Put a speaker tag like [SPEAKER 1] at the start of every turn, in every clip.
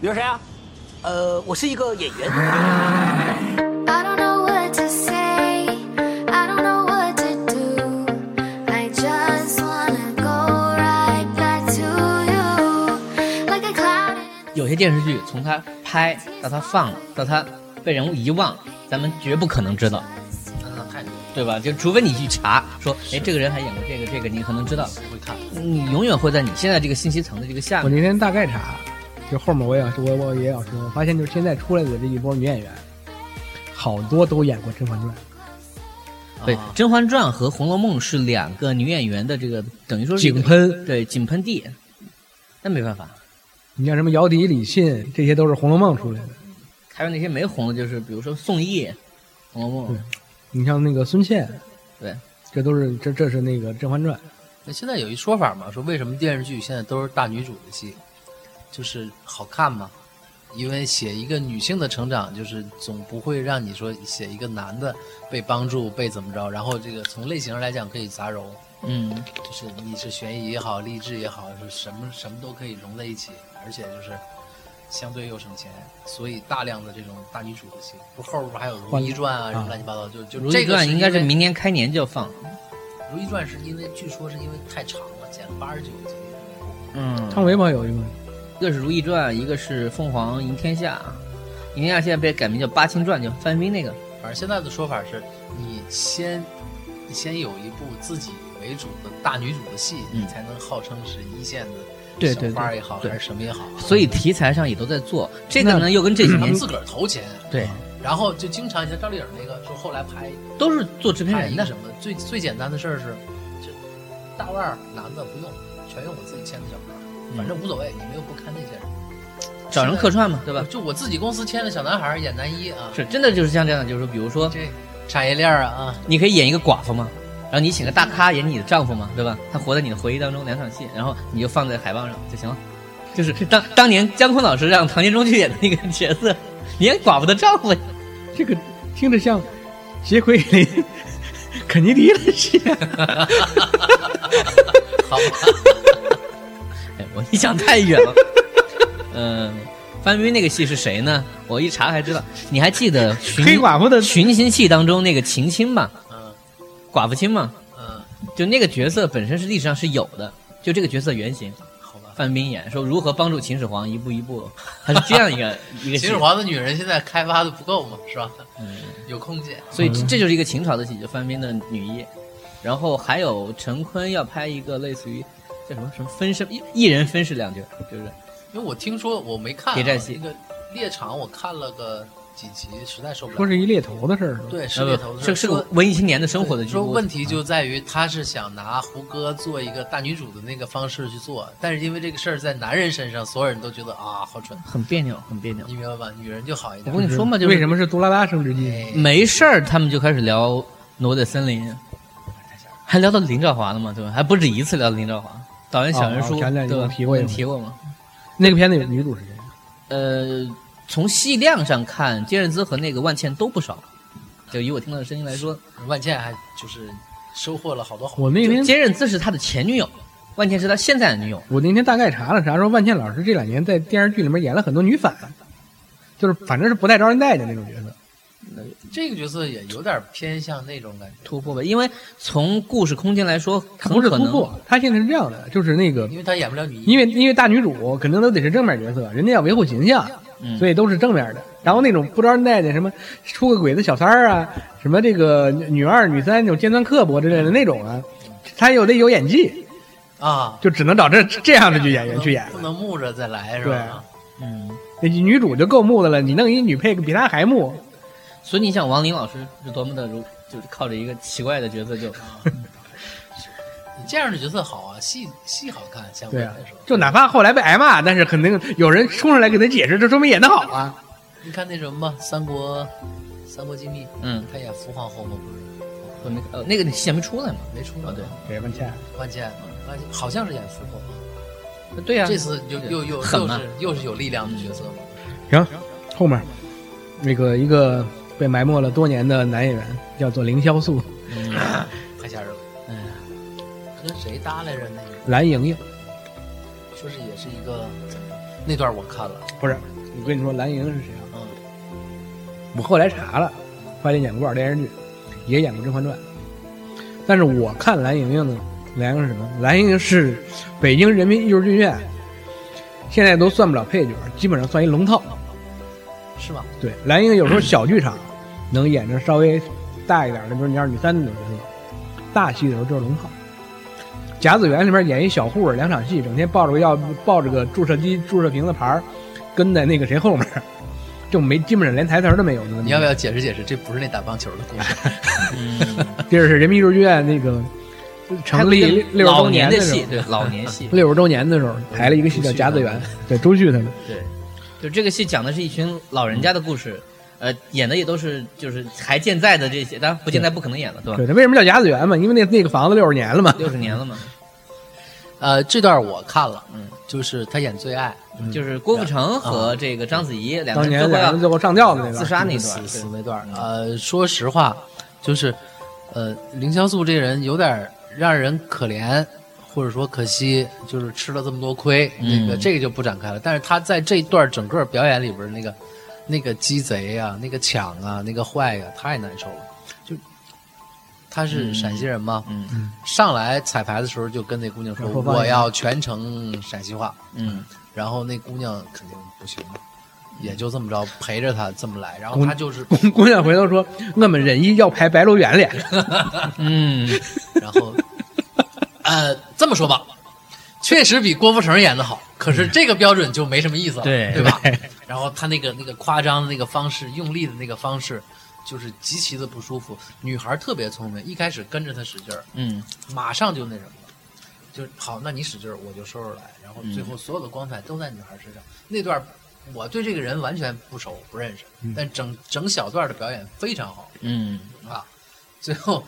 [SPEAKER 1] 你是谁啊？呃，我是一个演员。
[SPEAKER 2] I don't know what to say. I don't know what to do. I just wanna go right back to you, like a cloud. in-
[SPEAKER 3] 有些电视剧从它拍到它放了，到它被人物遗忘，咱们绝不可能知道，
[SPEAKER 1] 啊，太牛了，
[SPEAKER 3] 对吧？就除非你去查，说，哎，这个人还演过这个这个，你可能知道。
[SPEAKER 1] 会看。
[SPEAKER 3] 你永远会在你现在这个信息层的这个下
[SPEAKER 4] 我
[SPEAKER 3] 面。
[SPEAKER 4] 那天大概查，就后面我也要我我也要说，我发现就是现在出来的这一波女演员，好多都演过《甄嬛传》，
[SPEAKER 3] 对，《
[SPEAKER 1] 啊
[SPEAKER 3] 甄嬛传》和《红楼梦》是两个女演员的这个等于说是一个
[SPEAKER 4] 井喷
[SPEAKER 3] 对井喷地，那没办法。
[SPEAKER 4] 你像什么姚笛、李沁，这些都是《红楼梦》出来的。
[SPEAKER 3] 还有那些没红的，就是比如说宋轶，《红楼梦》
[SPEAKER 4] 你像那个孙茜，
[SPEAKER 3] 对，
[SPEAKER 4] 这都是这这是那个《甄嬛传》，
[SPEAKER 1] 那现在有一说法嘛，说为什么电视剧现在都是大女主的戏，就是好看嘛？因为写一个女性的成长，就是总不会让你说写一个男的被帮助被怎么着，然后这个从类型上来讲可以杂糅，
[SPEAKER 3] 嗯，
[SPEAKER 1] 就是你是悬疑也好，励志也好，是什么什么都可以融在一起，而且就是相对又省钱，所以大量的这种大女主的戏，不后边还有《如懿传》啊什么乱七八糟，就就
[SPEAKER 3] 《如
[SPEAKER 1] 这
[SPEAKER 3] 懿
[SPEAKER 1] 个
[SPEAKER 3] 传》应该
[SPEAKER 1] 因为
[SPEAKER 3] 是明年开年就要放。
[SPEAKER 1] 《如懿传》是因为据说是因为太长了，剪了八十九集。
[SPEAKER 3] 嗯，
[SPEAKER 4] 汤唯不还有一个，
[SPEAKER 3] 一个是《如懿传》，一个是《凤凰迎天下》，《迎天下》现在被改名叫《八清传》，就范冰那个。
[SPEAKER 1] 反正现在的说法是，你先你先有一部自己为主的大女主的戏，
[SPEAKER 3] 嗯
[SPEAKER 1] 你才能号称是一线的
[SPEAKER 3] 对
[SPEAKER 1] 小
[SPEAKER 3] 对
[SPEAKER 1] 花
[SPEAKER 3] 对
[SPEAKER 1] 也好，
[SPEAKER 3] 对
[SPEAKER 1] 还是什么也好，嗯
[SPEAKER 3] 所以题材上也都在做。这个呢，
[SPEAKER 4] 那嗯
[SPEAKER 3] 又跟这几
[SPEAKER 1] 他们
[SPEAKER 3] 年
[SPEAKER 1] 自个儿投钱，
[SPEAKER 3] 对
[SPEAKER 1] 然后就经常你像赵丽颖那个，就后来拍
[SPEAKER 3] 都是做制片
[SPEAKER 1] 拍
[SPEAKER 3] 人
[SPEAKER 1] 一个
[SPEAKER 4] 哎
[SPEAKER 3] 的
[SPEAKER 1] 什。么，最最简单的事儿是，就大腕儿男的不用，全用我自己签的小孩儿，反正
[SPEAKER 3] 嗯
[SPEAKER 1] 无所谓，你们又不看那些人，
[SPEAKER 3] 找人客串嘛，对
[SPEAKER 1] 对
[SPEAKER 3] 吧？
[SPEAKER 1] 就我自己公司签的小男孩儿演男一啊，
[SPEAKER 3] 是真的就是像这样的，就是比如说，
[SPEAKER 1] 这产业链儿啊啊。
[SPEAKER 3] 你可以演一个寡妇嘛，然后你请个大咖演你的丈夫嘛，对吧？他活在你的回忆当中，两场戏，然后你就放在海报上就行了。就是当当年姜昆老师让唐杰忠去演的那个角色，你演寡妇的丈夫，
[SPEAKER 4] 这个听着像杰奎琳、 肯尼迪 的戏。
[SPEAKER 1] 嗯好吧，
[SPEAKER 3] 哎，我你想太远了。 嗯，范冰那个戏是谁呢？我一查还知道，你还记得寻
[SPEAKER 4] 黑寡妇的
[SPEAKER 3] 寻秦记当中那个秦青吗？
[SPEAKER 1] 嗯
[SPEAKER 3] 寡妇青吗？
[SPEAKER 1] 嗯，
[SPEAKER 3] 就那个角色本身是历史上是有的，就这个角色原型
[SPEAKER 1] 好吧。
[SPEAKER 3] 范冰演说如何帮助秦始皇一步一步，它是这样一个 一个戏
[SPEAKER 1] 秦始，皇的女人现在开发的不够嘛，是吧？
[SPEAKER 3] 嗯
[SPEAKER 1] 有空间。
[SPEAKER 3] 所以这这就是一个秦朝的戏，就范冰的女一，然后还有陈坤要拍一个类似于叫什么什么分身一一人分饰两角，就是
[SPEAKER 1] 因为我听说我没看、啊、
[SPEAKER 3] 谍战戏
[SPEAKER 1] 那个猎场，我看了个几集，实在受不
[SPEAKER 4] 说
[SPEAKER 1] 了。
[SPEAKER 4] 是一猎头的事儿是吧？
[SPEAKER 1] 对，是猎头的事
[SPEAKER 3] 呃是
[SPEAKER 1] 儿
[SPEAKER 3] 是
[SPEAKER 1] 说
[SPEAKER 3] 个文艺青年的生活的嗯
[SPEAKER 1] 对
[SPEAKER 3] 剧。
[SPEAKER 1] 说问题就在于他是想拿胡歌做一个大女主的那个方式去做，但是因为这个事儿在男人身上，所有人都觉得啊好蠢，
[SPEAKER 3] 很别扭，很别扭。
[SPEAKER 1] 你明白吧？女人就好一
[SPEAKER 3] 我
[SPEAKER 1] 点。
[SPEAKER 3] 跟你说嗯嘛，就是
[SPEAKER 4] 为什么是杜拉拉升职记？
[SPEAKER 1] 哎
[SPEAKER 3] 没事儿，他们就开始聊《挪威的森林》，还聊到林兆华了嘛，对吧？还不止一次聊到林兆华。导演小人
[SPEAKER 4] 哦
[SPEAKER 3] 书，
[SPEAKER 4] 哦咱俩
[SPEAKER 3] 对吧？
[SPEAKER 4] 提过一回
[SPEAKER 3] 提过吗？
[SPEAKER 4] 那个片子有女主是谁？
[SPEAKER 3] 呃，从戏量上看，金认姿和那个万茜都不少。就以我听到的声音来说，
[SPEAKER 1] 万茜还就是收获了好多好
[SPEAKER 4] 我那天
[SPEAKER 3] 金认姿是他的前女友，万茜是他现在的女友。
[SPEAKER 4] 我那天大概查了查，说万茜老师这两年在电视剧里面演了很多女反，就是反正是不太招人待见那种角色。
[SPEAKER 1] 这个角色也有点偏向那种感觉，
[SPEAKER 3] 突破吧，因为从故事空间来说，
[SPEAKER 4] 她
[SPEAKER 3] 很
[SPEAKER 4] 不是
[SPEAKER 3] 可
[SPEAKER 4] 突
[SPEAKER 3] 能
[SPEAKER 4] 破，她现在是这样的，就是那个
[SPEAKER 1] 因为他演不了女一
[SPEAKER 4] 因。为因为大女主肯定都得是正面角色，人家要维护形象，
[SPEAKER 3] 嗯
[SPEAKER 4] 所以都是正面的。然后那种不招人待见，什么出个轨的小三儿啊，什么这个女二、女三那种尖酸刻薄之类的那种啊，她又得有演技，
[SPEAKER 1] 啊，
[SPEAKER 4] 就只能找这这样的剧演员去演
[SPEAKER 1] 不
[SPEAKER 4] 了。
[SPEAKER 1] 能木着再来是吧？
[SPEAKER 3] 嗯，
[SPEAKER 4] 那女主就够木的了，你弄一女配比她还木，
[SPEAKER 3] 所以你想，王林老师是多么的如，就是靠着一个奇怪的角色就
[SPEAKER 1] 你这样的角色好啊，戏戏好看，相对
[SPEAKER 4] 对啊
[SPEAKER 1] 来说，，
[SPEAKER 4] 就哪怕后来被挨骂，但是肯定有人冲上来给他解释，这说明演的好啊。
[SPEAKER 1] 你看那什么吧，《三国》《三国机密》，
[SPEAKER 3] 嗯，
[SPEAKER 1] 他演福皇后吗？不是，
[SPEAKER 3] 我那个呃那个戏还没出来嘛。
[SPEAKER 1] 没出呢。
[SPEAKER 3] 啊对，
[SPEAKER 4] 谁问倩？
[SPEAKER 1] 万茜，万茜好像是演福皇后，
[SPEAKER 3] 对呀、
[SPEAKER 1] 这次又
[SPEAKER 3] 对
[SPEAKER 1] 又又
[SPEAKER 3] 狠
[SPEAKER 1] 又
[SPEAKER 3] 嘛
[SPEAKER 1] 是又是有力量的角色嘛。
[SPEAKER 4] 行，后面那个一个被埋没了多年的男演员叫做凌潇肃，
[SPEAKER 1] 太吓人了。
[SPEAKER 3] 哎呀
[SPEAKER 1] 跟谁搭来着？那个
[SPEAKER 4] 蓝盈莹。
[SPEAKER 1] 说是也是一个那段我看了，
[SPEAKER 4] 不是，我跟你说，蓝莹是谁啊？
[SPEAKER 1] 嗯，
[SPEAKER 4] 我后来查了，发现演过不少电视剧，也演过《甄嬛传》，但是我看蓝莹莹呢，蓝莹是什么？蓝莹莹是北京人民艺术剧院，现在都算不了配角，基本上算一龙套。
[SPEAKER 1] 是吧？
[SPEAKER 4] 对，蓝莹莹有时候小剧场能演着稍微大一点的，比如你二女三那种角色，大戏的时候就是龙套。甲子园里面演一小护士，两场戏，整天抱着个药，抱着个注射机、注射瓶子牌儿，跟在那个谁后面儿，就没基本上连台词儿都没有。那个
[SPEAKER 1] 你要不要解释解释？这不是那打棒球的故事，
[SPEAKER 4] 这是人民艺术剧院那个成立六六十
[SPEAKER 3] 老
[SPEAKER 4] 周
[SPEAKER 3] 年
[SPEAKER 4] 的时
[SPEAKER 3] 戏，
[SPEAKER 4] 候，
[SPEAKER 3] 对老年戏，
[SPEAKER 4] 六十周年的时候排了一个戏叫《甲子园》，对周旭他们，
[SPEAKER 3] 对，就这个戏讲的是一群老人家的故事，呃，演的也都是就是还健在的这些，当然不健在不可能演了，对吧？
[SPEAKER 4] 对他为什么叫甲子园嘛？因为那那个房子六十年了嘛。
[SPEAKER 3] 六十年了嘛，
[SPEAKER 1] 呃，这段我看了，
[SPEAKER 3] 嗯，
[SPEAKER 1] 就是他演最爱
[SPEAKER 3] 就是郭富城和这个章子怡两个
[SPEAKER 4] 嗯当
[SPEAKER 3] 人
[SPEAKER 4] 年
[SPEAKER 3] 最后
[SPEAKER 4] 两
[SPEAKER 3] 要
[SPEAKER 4] 人最后上吊的那个
[SPEAKER 3] 自杀那
[SPEAKER 1] 死
[SPEAKER 3] 段，
[SPEAKER 1] 死
[SPEAKER 3] 对
[SPEAKER 1] 那段儿。呃，说实话，就是呃，凌潇肃这人有点儿让人可怜，或者说可惜，就是吃了这么多亏，
[SPEAKER 3] 嗯
[SPEAKER 1] 那个这个就不展开了。但是他在这段整个表演里边儿那个那个鸡贼啊，那个抢啊，那个坏呀、太难受了。就他是
[SPEAKER 3] 嗯
[SPEAKER 1] 陕西人嘛，
[SPEAKER 3] 嗯
[SPEAKER 1] 上来彩排的时候就跟那姑娘说
[SPEAKER 4] 说：“方言
[SPEAKER 1] 我要全程陕西话。”
[SPEAKER 3] 嗯，
[SPEAKER 1] 然后那姑娘肯定不行，也就这么着陪着他这么来，然后
[SPEAKER 4] 姑
[SPEAKER 1] 他就 是，
[SPEAKER 4] 姑姑娘回头说：“我们仁义要排白鹿原脸。
[SPEAKER 3] 嗯，
[SPEAKER 1] 然后，呃，这么说吧，确实比郭富城演的好，可是这个标准就没什么意思了，
[SPEAKER 3] 对
[SPEAKER 1] 对吧？然后他那个那个夸张的那个方式，用力的那个方式，就是极其的不舒服。女孩特别聪明，一开始跟着他使劲儿，
[SPEAKER 3] 嗯，
[SPEAKER 1] 马上就那什么了，就好，那你使劲儿，我就收拾来。然后最后所有的光彩都在女孩身上。那段儿我对这个人完全不熟不认识，但整整小段儿的表演非常好
[SPEAKER 3] 嗯，
[SPEAKER 1] 啊。最后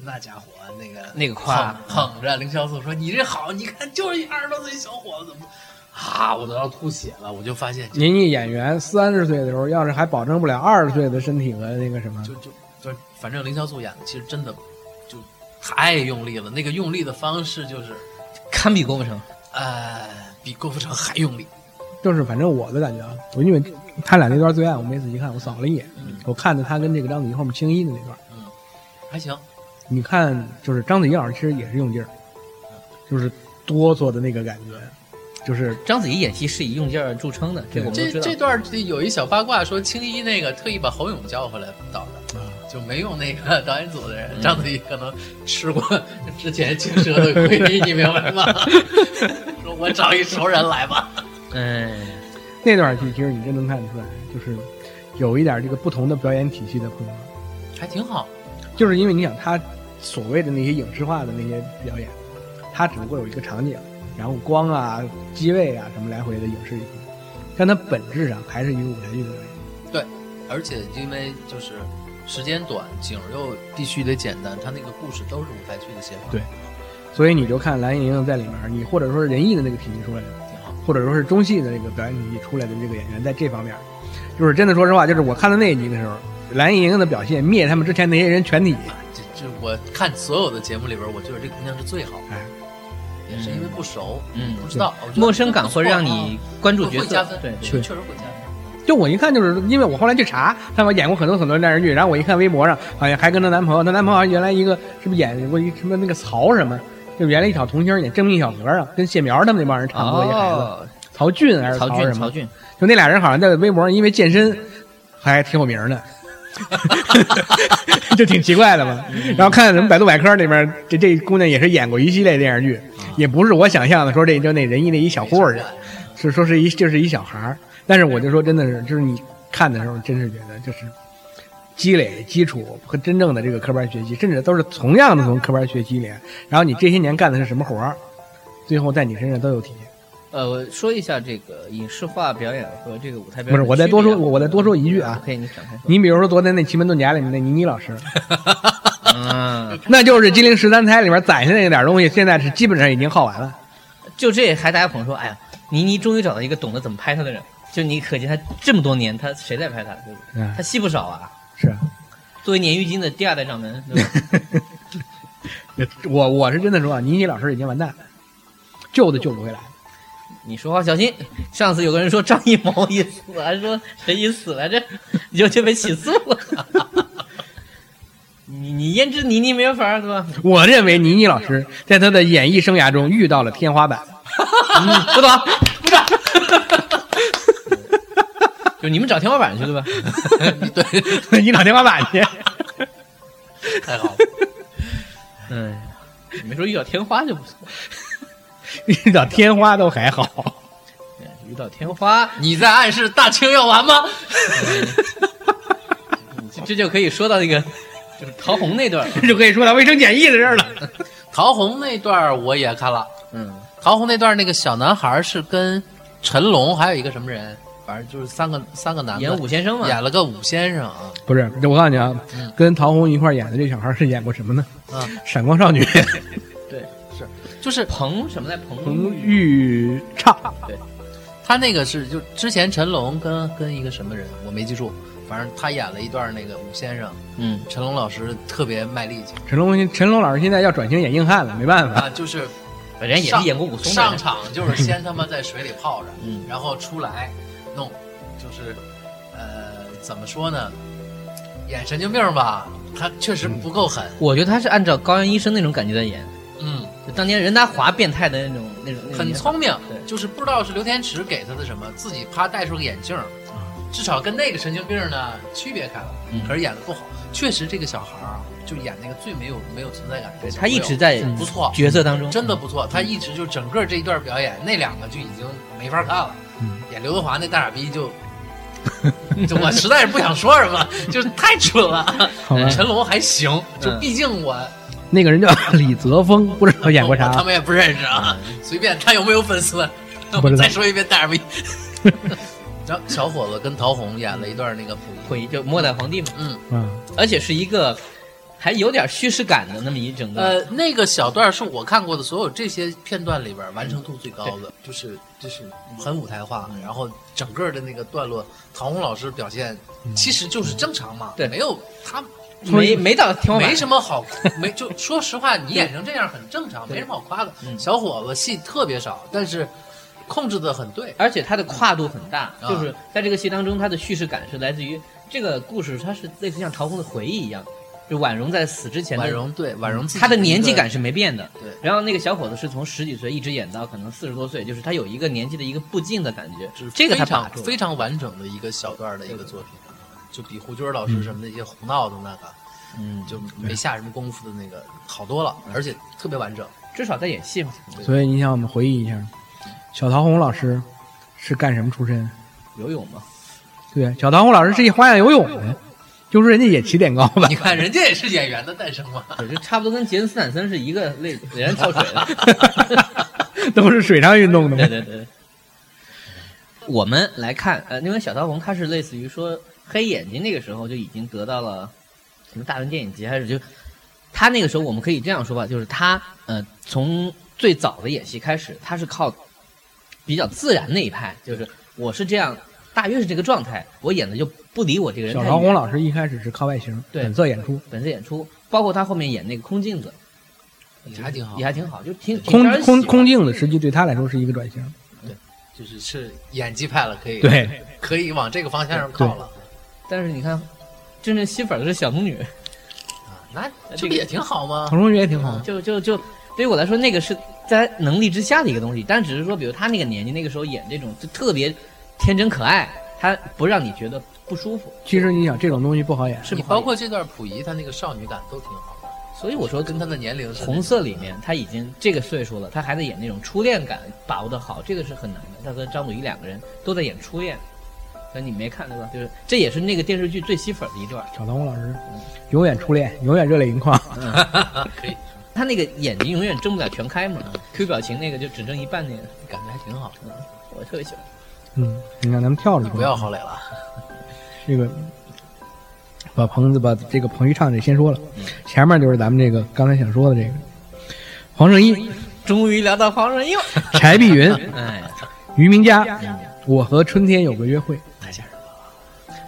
[SPEAKER 1] 那家伙那个
[SPEAKER 3] 那个夸嗯
[SPEAKER 1] 捧捧着凌潇肃说：“你这好，你看就是一二十多岁小伙子，怎么啊，我都要吐血了。”我就发现”就
[SPEAKER 4] 您一演员三十岁的时候，要是还保证不了二十岁的身体和那个什么，
[SPEAKER 1] 就就就反正凌潇肃演的其实真的就太用力了，那个用力的方式就是
[SPEAKER 3] 堪比郭富城，
[SPEAKER 1] 呃比郭富城还用力。
[SPEAKER 4] 就是反正我的感觉啊，我因为他俩那段最爱我没仔细看，我扫了一眼，
[SPEAKER 1] 嗯
[SPEAKER 4] 我看的他跟这个章子怡后面青衣的那段，
[SPEAKER 1] 嗯，还行。
[SPEAKER 4] 你看就是章子怡老师其实也是用劲儿，就是哆嗦的那个感觉，就是
[SPEAKER 3] 章子怡演戏是以用劲儿著称的，这个我们
[SPEAKER 1] 这
[SPEAKER 3] 都知道
[SPEAKER 1] 这。段儿有一小八卦说，青衣那个特意把侯勇叫回来导的，就没用那个导演组的人。章子怡可能吃过之前青蛇的亏，你明白 吗？说我找一熟人来吧。
[SPEAKER 3] 嗯，
[SPEAKER 4] 那段戏其实你真能看得出来，就是有一点这个不同的表演体系的混合。
[SPEAKER 1] 还挺好。
[SPEAKER 4] 就是因为你想他所谓的那些影视化的那些表演，他只不过有一个场景，然后光啊、机位啊什么来回的影视一部但它本质上还是一个舞台剧的表演。
[SPEAKER 1] 而且因为就是时间短，景儿又必须得简单，他那个故事都是舞台剧的写法，
[SPEAKER 4] 对所以你就看蓝莹莹在里面，你或者说是仁义的那个体系出来的，
[SPEAKER 1] 挺好。
[SPEAKER 4] 或者说是中戏的那个表演体系出来的这个演员，在这方面，就是真的说实话，就是我看到那一集的时候，蓝莹莹的表现灭他们之前那些人全体。
[SPEAKER 1] 这这我看所有的节目里边，我觉得这姑娘是最好的，
[SPEAKER 4] 哎，
[SPEAKER 1] 也是因为不熟，
[SPEAKER 3] 嗯
[SPEAKER 1] 不知道我觉得
[SPEAKER 3] 陌生感会让
[SPEAKER 1] 不错啊
[SPEAKER 3] 你关注角
[SPEAKER 1] 会
[SPEAKER 3] 色
[SPEAKER 1] 加，分，
[SPEAKER 3] 对对
[SPEAKER 1] 确实会加分。
[SPEAKER 4] 就我一看就是，因为我后来去查，他们演过很多很多电视剧，然后我一看微博上好像还跟她男朋友，她男朋友好像原来一个是不是演过一什么那个曹什么，就原来一小童星演《正义小和尚》，跟谢苗他们那帮人差不多一个孩子，
[SPEAKER 3] 哦，
[SPEAKER 4] 曹俊还是
[SPEAKER 3] 曹俊
[SPEAKER 4] 什
[SPEAKER 3] 曹
[SPEAKER 4] 么？
[SPEAKER 3] 俊，
[SPEAKER 4] 就那俩人好像在微博上因为健身还挺有名的。 就挺奇怪的嘛，然后看什么百度百科里面，这这姑娘也是演过一系列电视剧，也不是我想象的说这就那人一那一小护士，是说是一就是一小孩儿，但是我就说真的是，就是你看的时候，真是觉得就是积累基础和真正的这个科班学习，甚至都是同样的从科班学习里，啊然后你这些年干的是什么活儿，最后在你身上都有体现。
[SPEAKER 3] 呃，我说一下这个影视化表演和这个舞台表演的区别啊。
[SPEAKER 4] 不是我再多说我我再多说一句啊
[SPEAKER 3] 可以，你展开说。
[SPEAKER 4] 你比如说昨天那《奇门遁甲》里面那倪妮老师，
[SPEAKER 3] 嗯，
[SPEAKER 4] 那就是《金陵十三钗》里面攒下那点东西，现在是基本上已经耗完了。
[SPEAKER 3] 就这还大家捧说，哎呀，倪妮终于找到一个懂得怎么拍她的人。就你可见她这么多年，她谁在拍她？对不对
[SPEAKER 4] 嗯
[SPEAKER 3] 她戏不少啊。
[SPEAKER 4] 是啊，
[SPEAKER 3] 作为鲶鱼精的第二代掌门，对吧
[SPEAKER 4] 我我是真的说啊，倪妮老师已经完蛋了，救都救不回来。
[SPEAKER 3] 你说话小心！上次有个人说张艺谋已死，还说谁已死来着，你就就被起诉了。 你你腌制倪妮没法儿对吧？
[SPEAKER 4] 我认为倪妮老师在她的演艺生涯中遇到了天花板。
[SPEAKER 3] 嗯不懂，不懂。 就你们找天花板去对吧？哎对，
[SPEAKER 4] 你找天花板去，
[SPEAKER 1] 太好了，
[SPEAKER 3] 嗯，你没说遇到天花就不错，
[SPEAKER 4] 遇到天花都还好。
[SPEAKER 3] 遇到天花，
[SPEAKER 1] 你在暗示大清要完 吗？
[SPEAKER 3] 这这就可以说到那个就是陶虹那段儿，
[SPEAKER 4] 这就可以说到卫生检疫的事儿了。
[SPEAKER 1] 陶虹那段儿我也看了，
[SPEAKER 3] 嗯，
[SPEAKER 1] 陶虹那段儿那个小男孩儿是跟陈龙还有一个什么人，反正就是三个三个男的
[SPEAKER 3] 演武先生嘛，嗯
[SPEAKER 1] 演了个武先生啊，
[SPEAKER 4] 不是，我告诉你啊，跟陶虹一块儿演的这小孩儿是演过什么呢？
[SPEAKER 1] 啊，
[SPEAKER 4] 闪光少女》
[SPEAKER 3] 对，是
[SPEAKER 1] 就是
[SPEAKER 3] 彭什么来彭
[SPEAKER 4] 彭昱畅。
[SPEAKER 1] 他那个是就之前陈龙跟跟一个什么人我没记住，反正他演了一段那个武先生，
[SPEAKER 3] 嗯，
[SPEAKER 1] 陈龙老师特别卖力 气
[SPEAKER 4] 陈龙，陈龙老师现在要转型演硬汉了，没办法。
[SPEAKER 1] 啊，就是
[SPEAKER 3] 本人也是
[SPEAKER 1] 上
[SPEAKER 3] 演过武松的
[SPEAKER 1] 上
[SPEAKER 3] 人，
[SPEAKER 1] 场就是先他妈在水里泡着，
[SPEAKER 3] 嗯
[SPEAKER 1] 然后出来弄，就是呃怎么说呢，演神经病吧，他确实不够狠，
[SPEAKER 3] 我觉得他是按照高原医生那种感觉在演，
[SPEAKER 1] 嗯，
[SPEAKER 3] 就当年任达华变态的那种那种，那种
[SPEAKER 1] 很
[SPEAKER 3] 演法
[SPEAKER 1] 聪明
[SPEAKER 3] 对，
[SPEAKER 1] 就是不知道是刘天池给他的什么，自己啪戴出个眼镜儿，至少跟那个神经病呢区别开了
[SPEAKER 3] 嗯，
[SPEAKER 1] 可是演的不好，确实这个小孩儿啊，就演那个最没有没有存在感的小朋友，
[SPEAKER 3] 他一直在
[SPEAKER 1] 嗯不错，
[SPEAKER 3] 角色当中，
[SPEAKER 1] 真的不错，他一直就整个这一段表演，那两个就已经没法看了。
[SPEAKER 4] 嗯
[SPEAKER 1] 演刘德华那大傻逼就，就我实在是不想说什么，就是太蠢了。
[SPEAKER 4] 好吧，
[SPEAKER 1] 陈龙还行，就
[SPEAKER 3] 嗯
[SPEAKER 1] 毕竟我
[SPEAKER 4] 那个人叫李泽峰，不知道演过
[SPEAKER 1] 我
[SPEAKER 3] 哦
[SPEAKER 1] 他
[SPEAKER 4] 啥。嗯
[SPEAKER 1] 们也不认识啊，随便他有没有粉丝，
[SPEAKER 4] 不
[SPEAKER 1] 我
[SPEAKER 4] 知道
[SPEAKER 1] 再说一遍大傻逼。 然后小伙子跟陶虹演了一段那个溥仪，
[SPEAKER 3] 溥仪就末代皇帝嘛，
[SPEAKER 1] 嗯，
[SPEAKER 4] 嗯，
[SPEAKER 3] 而且是一个还有点叙事感的那么一整个，
[SPEAKER 1] 呃，那个小段是我看过的所有这些片段里边完成度最高
[SPEAKER 3] 嗯
[SPEAKER 1] 的，就是就是很舞台化，然后整个的那个段落，唐红老师表现其实就是正常嘛，
[SPEAKER 3] 嗯对
[SPEAKER 1] 没有他
[SPEAKER 3] 没没到天花板，
[SPEAKER 1] 没什么好，没就说实话，你演成这样很正常，没什么好夸的。
[SPEAKER 3] 嗯
[SPEAKER 1] 小伙子戏特别少，但是控制的很对，
[SPEAKER 3] 而且它的跨度很大，
[SPEAKER 1] 啊
[SPEAKER 3] 就是在这个戏当中，它的叙事感是来自于这个故事，它是类似像陶虹的回忆一样，就婉容在死之前的
[SPEAKER 1] 婉容对婉容自己
[SPEAKER 3] 她的年纪
[SPEAKER 1] 一个
[SPEAKER 3] 感是没变的。
[SPEAKER 1] 对
[SPEAKER 3] 然后那个小伙子是从十几岁一直演到可能四十多岁，就是他有一个年纪的一个步进的感觉
[SPEAKER 1] 就是，
[SPEAKER 3] 这个他
[SPEAKER 1] 非
[SPEAKER 3] 把
[SPEAKER 1] 常
[SPEAKER 3] 住了。
[SPEAKER 1] 非常完整的一个小段的一个作品，啊就比胡军老师什么那些胡闹的那个，
[SPEAKER 3] 嗯，
[SPEAKER 1] 就没下什么功夫的那个好多了，而且特别完整。
[SPEAKER 3] 至少在演戏嘛。
[SPEAKER 4] 所以你想，我们回忆一下，小陶虹老师是干什么出身？
[SPEAKER 3] 游泳嘛，
[SPEAKER 4] 对，小陶虹老师是一花样游泳的，就是人家也起点高吧
[SPEAKER 1] 你？看人家也是演员的诞生嘛，
[SPEAKER 3] 对就差不多跟杰森斯坦森是一个类，也是跳水的。
[SPEAKER 4] 都是水上运动的
[SPEAKER 3] 对
[SPEAKER 4] 嘛。
[SPEAKER 3] 对对。我们来看，呃，因为小桃红他是类似于说黑眼睛那个时候就已经得到了什么大文电影节还是就他那个时候我们可以这样说吧，就是他呃从最早的演戏开始，他是靠呃比较自然那一派，就是我是这样，大约是这个状态，我演的就不离我这个人
[SPEAKER 4] 小
[SPEAKER 3] 太
[SPEAKER 4] 陶
[SPEAKER 3] 远
[SPEAKER 4] 虹老师一开始是靠外形、
[SPEAKER 3] 对
[SPEAKER 4] 本色演出，
[SPEAKER 3] 本色演出，包括他后面演那个空镜子
[SPEAKER 1] 也还挺好
[SPEAKER 3] 也，还挺好，就挺挺
[SPEAKER 4] 空
[SPEAKER 3] 让人喜
[SPEAKER 4] 空
[SPEAKER 3] 欢
[SPEAKER 4] 空镜子实际对他来说是一个转型。
[SPEAKER 1] 就是是演技派了，可以
[SPEAKER 4] 对，
[SPEAKER 1] 可以往这个方向上靠了
[SPEAKER 3] 但是你看，真正吸粉的是小龙女。
[SPEAKER 1] 啊，那这不也挺好吗
[SPEAKER 4] 陶？虹也挺好。
[SPEAKER 3] 就就就对于我来说，那个是在能力之下的一个东西，但只是说，比如他那个年纪，那个时候演这种就特别天真可爱，他不让你觉得不舒服，
[SPEAKER 4] 其实你想，这种东西不好演。
[SPEAKER 3] 是
[SPEAKER 1] 你
[SPEAKER 3] 不好
[SPEAKER 1] 包
[SPEAKER 3] 演
[SPEAKER 1] 括这段溥仪他那个少女感都挺好的，
[SPEAKER 3] 所以我说
[SPEAKER 1] 跟他的年龄是
[SPEAKER 3] 红色里面他已经这个岁数了，他还在演那种初恋感，把握的好，这个是很难的。他和张鲁一两个人都在演初恋，那你没看对吧？就是这也是那个电视剧最吸粉的一段，
[SPEAKER 4] 小陶虹老师永远初恋，永远热泪盈眶。
[SPEAKER 1] 可以，
[SPEAKER 3] 他那个眼睛永远睁不了全开嘛，Q 表情那个就只睁一半那个，
[SPEAKER 1] 感觉还挺好。
[SPEAKER 3] 我特别喜欢。
[SPEAKER 4] 嗯，你看咱们跳着
[SPEAKER 1] 你
[SPEAKER 4] 说。
[SPEAKER 1] 不要郝磊了，
[SPEAKER 4] 这个把彭子把这个彭昱畅这先说了，前面就是咱们这个刚才想说的这个黄圣依、
[SPEAKER 3] 终于聊到黄圣依了，
[SPEAKER 4] 柴碧云、
[SPEAKER 3] 哎呀。
[SPEAKER 4] 于明佳，我和春天有个约会，
[SPEAKER 1] 太吓人了。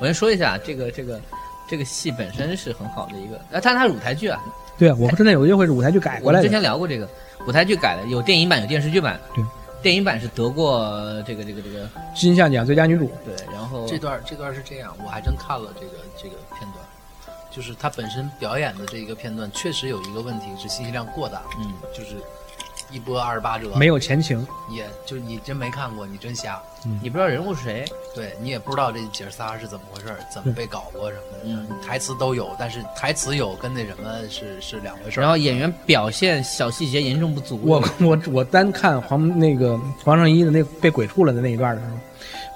[SPEAKER 3] 我先说一下，这个这个这个戏本身是很好的一个，啊，但它是舞台剧啊，
[SPEAKER 4] 对啊，我和春天有个约会是舞台剧改
[SPEAKER 3] 我
[SPEAKER 4] 过
[SPEAKER 3] 们
[SPEAKER 4] 来
[SPEAKER 3] 之前
[SPEAKER 4] 的，
[SPEAKER 3] 聊过这个舞台剧改的，有电影版有电视剧版。
[SPEAKER 4] 对，
[SPEAKER 3] 电影版是得过呃这个这个这个
[SPEAKER 4] 金像奖最佳女主，
[SPEAKER 3] 对，然后
[SPEAKER 1] 这段这段是这样，我还真看了这个这个片段，就是他本身表演的这个片段确实有一个问题是信息量过大，
[SPEAKER 3] 嗯，
[SPEAKER 1] 就是一波二十八折，
[SPEAKER 4] 没有前情，
[SPEAKER 1] 也就你真没看过，你真瞎，
[SPEAKER 3] 你不知道人物是谁，
[SPEAKER 1] 对你也不知道这姐儿仨是怎么回事儿，怎么被搞过什么的，
[SPEAKER 3] 嗯
[SPEAKER 1] 台词都有，但是台词有跟那什么是是两回事儿。
[SPEAKER 3] 然后演员表现小细节严重不足，
[SPEAKER 4] 我我我单看黄那个黄圣依的那被鬼畜了的那一段的时候，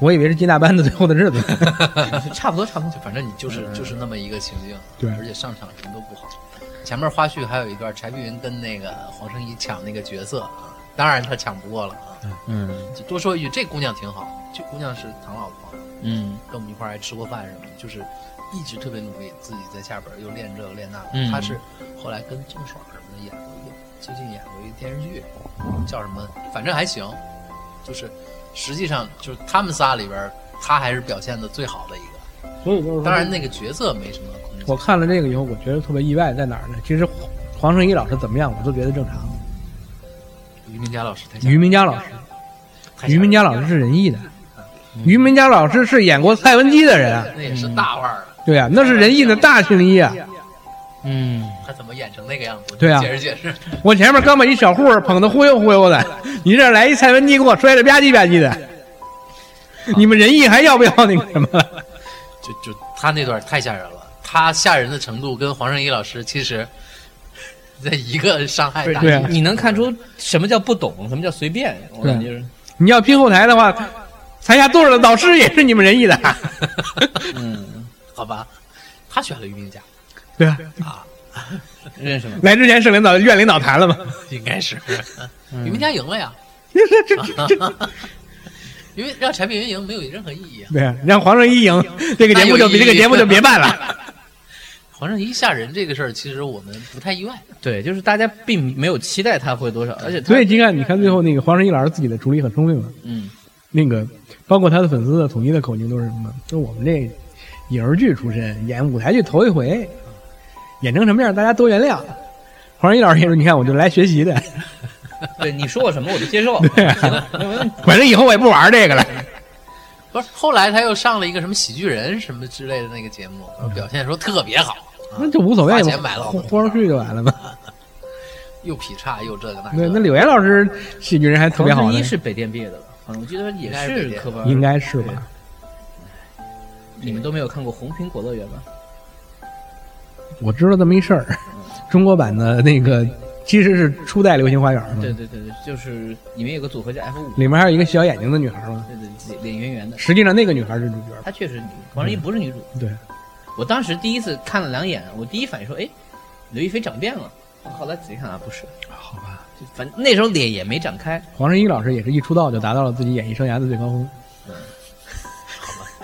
[SPEAKER 4] 我以为是金大班的最后的日子。
[SPEAKER 3] 差不多差不多。
[SPEAKER 1] 就反正你
[SPEAKER 3] 嗯
[SPEAKER 1] 就是、就是那么一个情境，
[SPEAKER 4] 对
[SPEAKER 1] 而且上场什么都不好。前面花絮还有一段柴碧云跟那个黄圣依抢那个角色啊，当然她抢不过了啊。
[SPEAKER 3] 嗯
[SPEAKER 1] 就多说一句，这姑娘挺好，这姑娘是唐老婆，
[SPEAKER 3] 嗯
[SPEAKER 1] 跟我们一块儿还吃过饭什么的，就是一直特别努力，自己在下边儿又练这又练那的。
[SPEAKER 3] 嗯
[SPEAKER 1] 她是后来跟郑爽什么的演过一个，最近演过一电视剧，叫什么？反正还行，就是实际上就是他们仨里边儿，她还是表现的最好的一个。
[SPEAKER 4] 所以就是
[SPEAKER 1] 当然，那个角色没什么空间。
[SPEAKER 4] 我看了这个以后，我觉得特别意外在哪儿呢？其实黄圣依老师怎么样，我都觉得正常。
[SPEAKER 1] 于明佳老师太吓
[SPEAKER 4] 于明佳老师，
[SPEAKER 1] 太吓
[SPEAKER 4] 于
[SPEAKER 1] 人
[SPEAKER 4] 明佳老师是仁义的，
[SPEAKER 1] 嗯
[SPEAKER 4] 于明佳老师是演过蔡文姬的人啊，
[SPEAKER 1] 那也是大腕儿了，
[SPEAKER 4] 对啊，那是仁义的大青衣啊。
[SPEAKER 3] 嗯，
[SPEAKER 1] 他怎么演成那个样子？
[SPEAKER 4] 对啊
[SPEAKER 1] 解释解释。
[SPEAKER 4] 我前面刚把一小护士捧得忽悠忽悠的，你这来一蔡文姬给我摔得吧唧吧唧
[SPEAKER 1] 啊
[SPEAKER 4] 的，你们仁义还要不要那个什么了？
[SPEAKER 1] 就就他那段太吓人了，他吓人的程度跟黄圣依老师其实在一个伤害大
[SPEAKER 4] 对啊
[SPEAKER 1] 于。
[SPEAKER 3] 你能看出什么叫不懂，什么叫随便？我感觉就是，
[SPEAKER 4] 你要拼后台的话，台下坐着的导师也是你们仁义的，
[SPEAKER 3] 嗯，
[SPEAKER 1] 好吧？他选了于明佳
[SPEAKER 4] 对吧？
[SPEAKER 1] 啊，
[SPEAKER 3] 认识吗？
[SPEAKER 4] 来之前省领导院领导谈了吗？
[SPEAKER 1] 应该是
[SPEAKER 4] 嗯
[SPEAKER 1] 于明佳赢 了呀，因为让柴碧云赢没有任何意义啊。
[SPEAKER 4] 对啊，让黄圣依赢，这个节目就
[SPEAKER 1] 那有意义
[SPEAKER 4] 这个节目就别办了。
[SPEAKER 1] 黄圣依吓人这个事儿，其实我们不太意外。
[SPEAKER 3] 对，就是大家并没有期待他会多少，而且他
[SPEAKER 4] 所以你看，你看最后那个黄圣依老师自己的处理很聪明了，
[SPEAKER 3] 嗯
[SPEAKER 4] 那个包括他的粉丝的统一的口径都是什么？说我们这影视剧出身，演舞台剧头一回，演成什么样大家都原谅。黄圣依老师也说：“你看，我就来学习的，
[SPEAKER 3] 对你说我什么我都接受，
[SPEAKER 4] 对啊
[SPEAKER 3] 行没问题。
[SPEAKER 4] 反正以后我也不玩这个了。
[SPEAKER 1] 不是，后来他又上了一个什么喜剧人什么之类的那个节目，然后表现说特别好，啊
[SPEAKER 4] 那就无所谓
[SPEAKER 1] 花
[SPEAKER 4] 嘛，
[SPEAKER 1] 钱买了好多
[SPEAKER 4] 豁出去就完了嘛。
[SPEAKER 1] 又劈叉又这个那
[SPEAKER 4] 对，那
[SPEAKER 1] 个。
[SPEAKER 4] 柳岩老师戏剧人还特
[SPEAKER 3] 黄
[SPEAKER 4] 别好
[SPEAKER 3] 圣依
[SPEAKER 4] 呢，
[SPEAKER 3] 是北电毕业的吧？好像我记得也是科班，
[SPEAKER 4] 应该是吧？
[SPEAKER 3] 你们都没有看过《红苹果乐园》吧？
[SPEAKER 4] 我知道这么一事儿，中国版的那个其实是初代《流星花园》嘛，
[SPEAKER 3] 对对对对，就是里面有个组合叫 F 五，
[SPEAKER 4] 里面还有一个小眼睛的女孩嘛。
[SPEAKER 3] 对对，脸脸圆圆的，
[SPEAKER 4] 实际上那个女孩是主角，
[SPEAKER 3] 她确实是女，黄圣依不是女主。
[SPEAKER 4] 对，
[SPEAKER 3] 我当时第一次看了两眼，我第一反应说，哎，刘亦菲长变了。后来仔细看啊，不是，
[SPEAKER 4] 好吧。
[SPEAKER 3] 就反正那时候脸也没长开，
[SPEAKER 4] 黄圣依老师也是一出道就达到了自己演艺生涯的最高峰。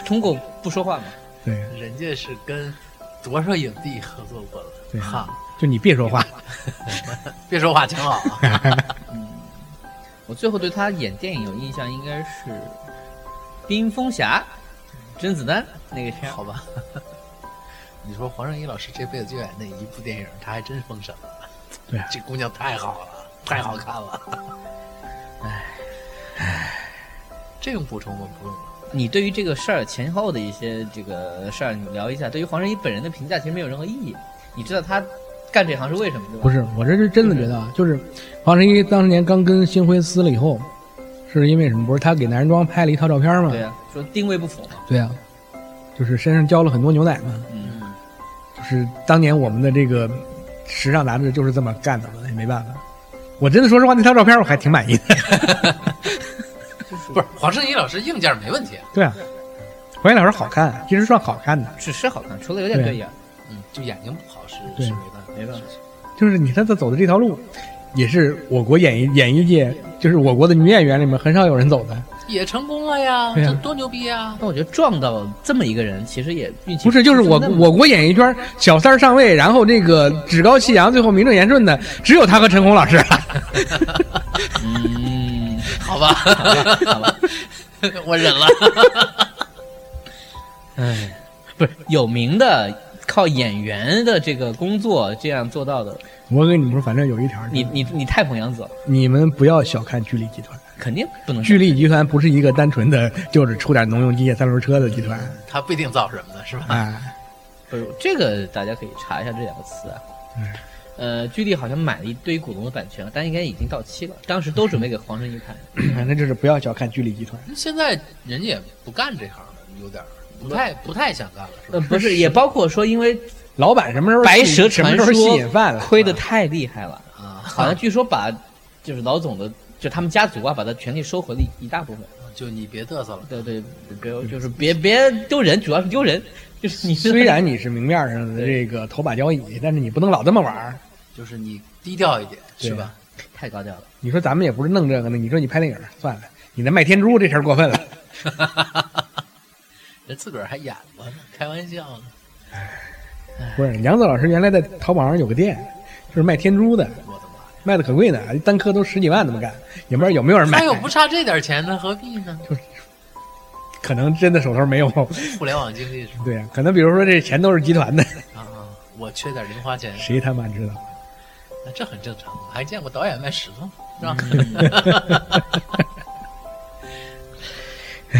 [SPEAKER 3] 通过不说话嘛。
[SPEAKER 4] 对，
[SPEAKER 1] 人家是跟多少影帝合作过
[SPEAKER 4] 对
[SPEAKER 1] 了，哈，
[SPEAKER 4] 就你别说话，
[SPEAKER 1] 别说话挺好啊。
[SPEAKER 3] 我最后对她演电影有印象应该是《冰封侠》，甄子丹那个片儿。
[SPEAKER 1] 好吧。你说黄圣依老师这辈子就演那一部电影，她还真封神了。
[SPEAKER 4] 对啊
[SPEAKER 1] 这姑娘太好了，太好看了。唉，这用补充吗？不用了。
[SPEAKER 3] 你对于这个事儿前后的一些这个事儿，你聊一下。对于黄圣依本人的评价其实没有任何意义。你知道她干这行是为什么，对吧？
[SPEAKER 4] 不是，我这是真的觉得啊，就是黄圣依当年刚跟星辉撕了以后，是因为什么？不是她给男人装拍了一套照片吗？
[SPEAKER 3] 对啊，说定位不符嘛。
[SPEAKER 4] 对啊，就是身上浇了很多牛奶嘛。
[SPEAKER 3] 嗯，
[SPEAKER 4] 就是当年我们的这个时尚杂志就是这么干的嘛，也没办法。我真的说实话，那套照片我还挺满意的。
[SPEAKER 1] 不是黄圣依老师硬件没问题啊，
[SPEAKER 4] 对啊，黄奕老师好看，啊其实算好看的。
[SPEAKER 3] 只是好看，除了有点
[SPEAKER 4] 对
[SPEAKER 3] 对眼儿，
[SPEAKER 1] 嗯，就眼睛不好是
[SPEAKER 4] 对
[SPEAKER 1] 是没办法，
[SPEAKER 3] 没办法。
[SPEAKER 4] 就是你看他走的这条路，也是我国演艺演艺界，就是我国的女演员里面很少有人走的。
[SPEAKER 1] 也成功了呀，
[SPEAKER 4] 对呀啊
[SPEAKER 1] 这多牛逼呀！
[SPEAKER 3] 但我觉得撞到这么一个人，其实也运气
[SPEAKER 4] 不是，就是我
[SPEAKER 3] 那么
[SPEAKER 4] 我国演艺圈小三儿上位，然后这个趾高气扬，最后名正言顺的，只有他和陈红老师了。
[SPEAKER 3] 嗯，
[SPEAKER 1] 好吧，
[SPEAKER 3] 好吧，
[SPEAKER 1] 我忍了。
[SPEAKER 3] 哎，不是有名的靠演员的这个工作这样做到的，
[SPEAKER 4] 我跟你们说，反正有一条，
[SPEAKER 3] 你你你太捧杨紫了，
[SPEAKER 4] 你们不要小看剧力集团，
[SPEAKER 3] 肯定不能
[SPEAKER 4] 巨力集团不是一个单纯的就是出点农用机械三轮车的集团，
[SPEAKER 1] 他不一定造什么的是吧？
[SPEAKER 4] 哎，
[SPEAKER 3] 不是这个，大家可以查一下这两个词啊。
[SPEAKER 4] 嗯
[SPEAKER 3] 呃，巨力好像买了一堆股东的版权，但应该已经到期了。当时都准备给黄圣依看，
[SPEAKER 4] 反正就是不要小看巨力集团。
[SPEAKER 1] 现在人家也不干这行了，有点儿不太不太想干了，是吧？
[SPEAKER 3] 呃，不是，也包括说因为
[SPEAKER 4] 老板什么时候
[SPEAKER 3] 白蛇
[SPEAKER 4] 什么
[SPEAKER 3] 传
[SPEAKER 4] 时候吸引
[SPEAKER 3] 说
[SPEAKER 4] 饭了？
[SPEAKER 3] 亏得太厉害了，
[SPEAKER 1] 啊，
[SPEAKER 3] 嗯 好像据说把就是老总的就他们家族啊，把他权利收回了一一大部分。
[SPEAKER 1] 就你别嘚瑟了，
[SPEAKER 3] 对对，别就是别别丢人，主要是丢人。就是你
[SPEAKER 4] 虽然你是明面上的这个头把交椅，但是你不能老这么玩儿。
[SPEAKER 1] 就是你低调一点，
[SPEAKER 4] 对啊
[SPEAKER 1] 是吧？
[SPEAKER 3] 太高调了，
[SPEAKER 4] 你说咱们也不是弄这个的，你说你拍电影算了，你那卖天珠这事儿过分了。
[SPEAKER 1] 人自个儿还演过呢，开玩笑呢，
[SPEAKER 4] 不是，梁子老师原来在淘宝上有个店，就是卖天珠的，
[SPEAKER 1] 我的妈呀！
[SPEAKER 4] 卖的可贵呢，单颗都十几万那么干，也不知道有没有人买
[SPEAKER 1] 他。又哎不差这点钱呢，何必呢？
[SPEAKER 4] 可能真的手头没有。
[SPEAKER 1] 互联网经济是吧
[SPEAKER 4] 对呀，可能比如说这钱都是集团的，
[SPEAKER 1] 啊啊，我缺点零花钱，
[SPEAKER 4] 谁他妈知道？
[SPEAKER 1] 那这很正常。啊还见过导演卖石头，是吧？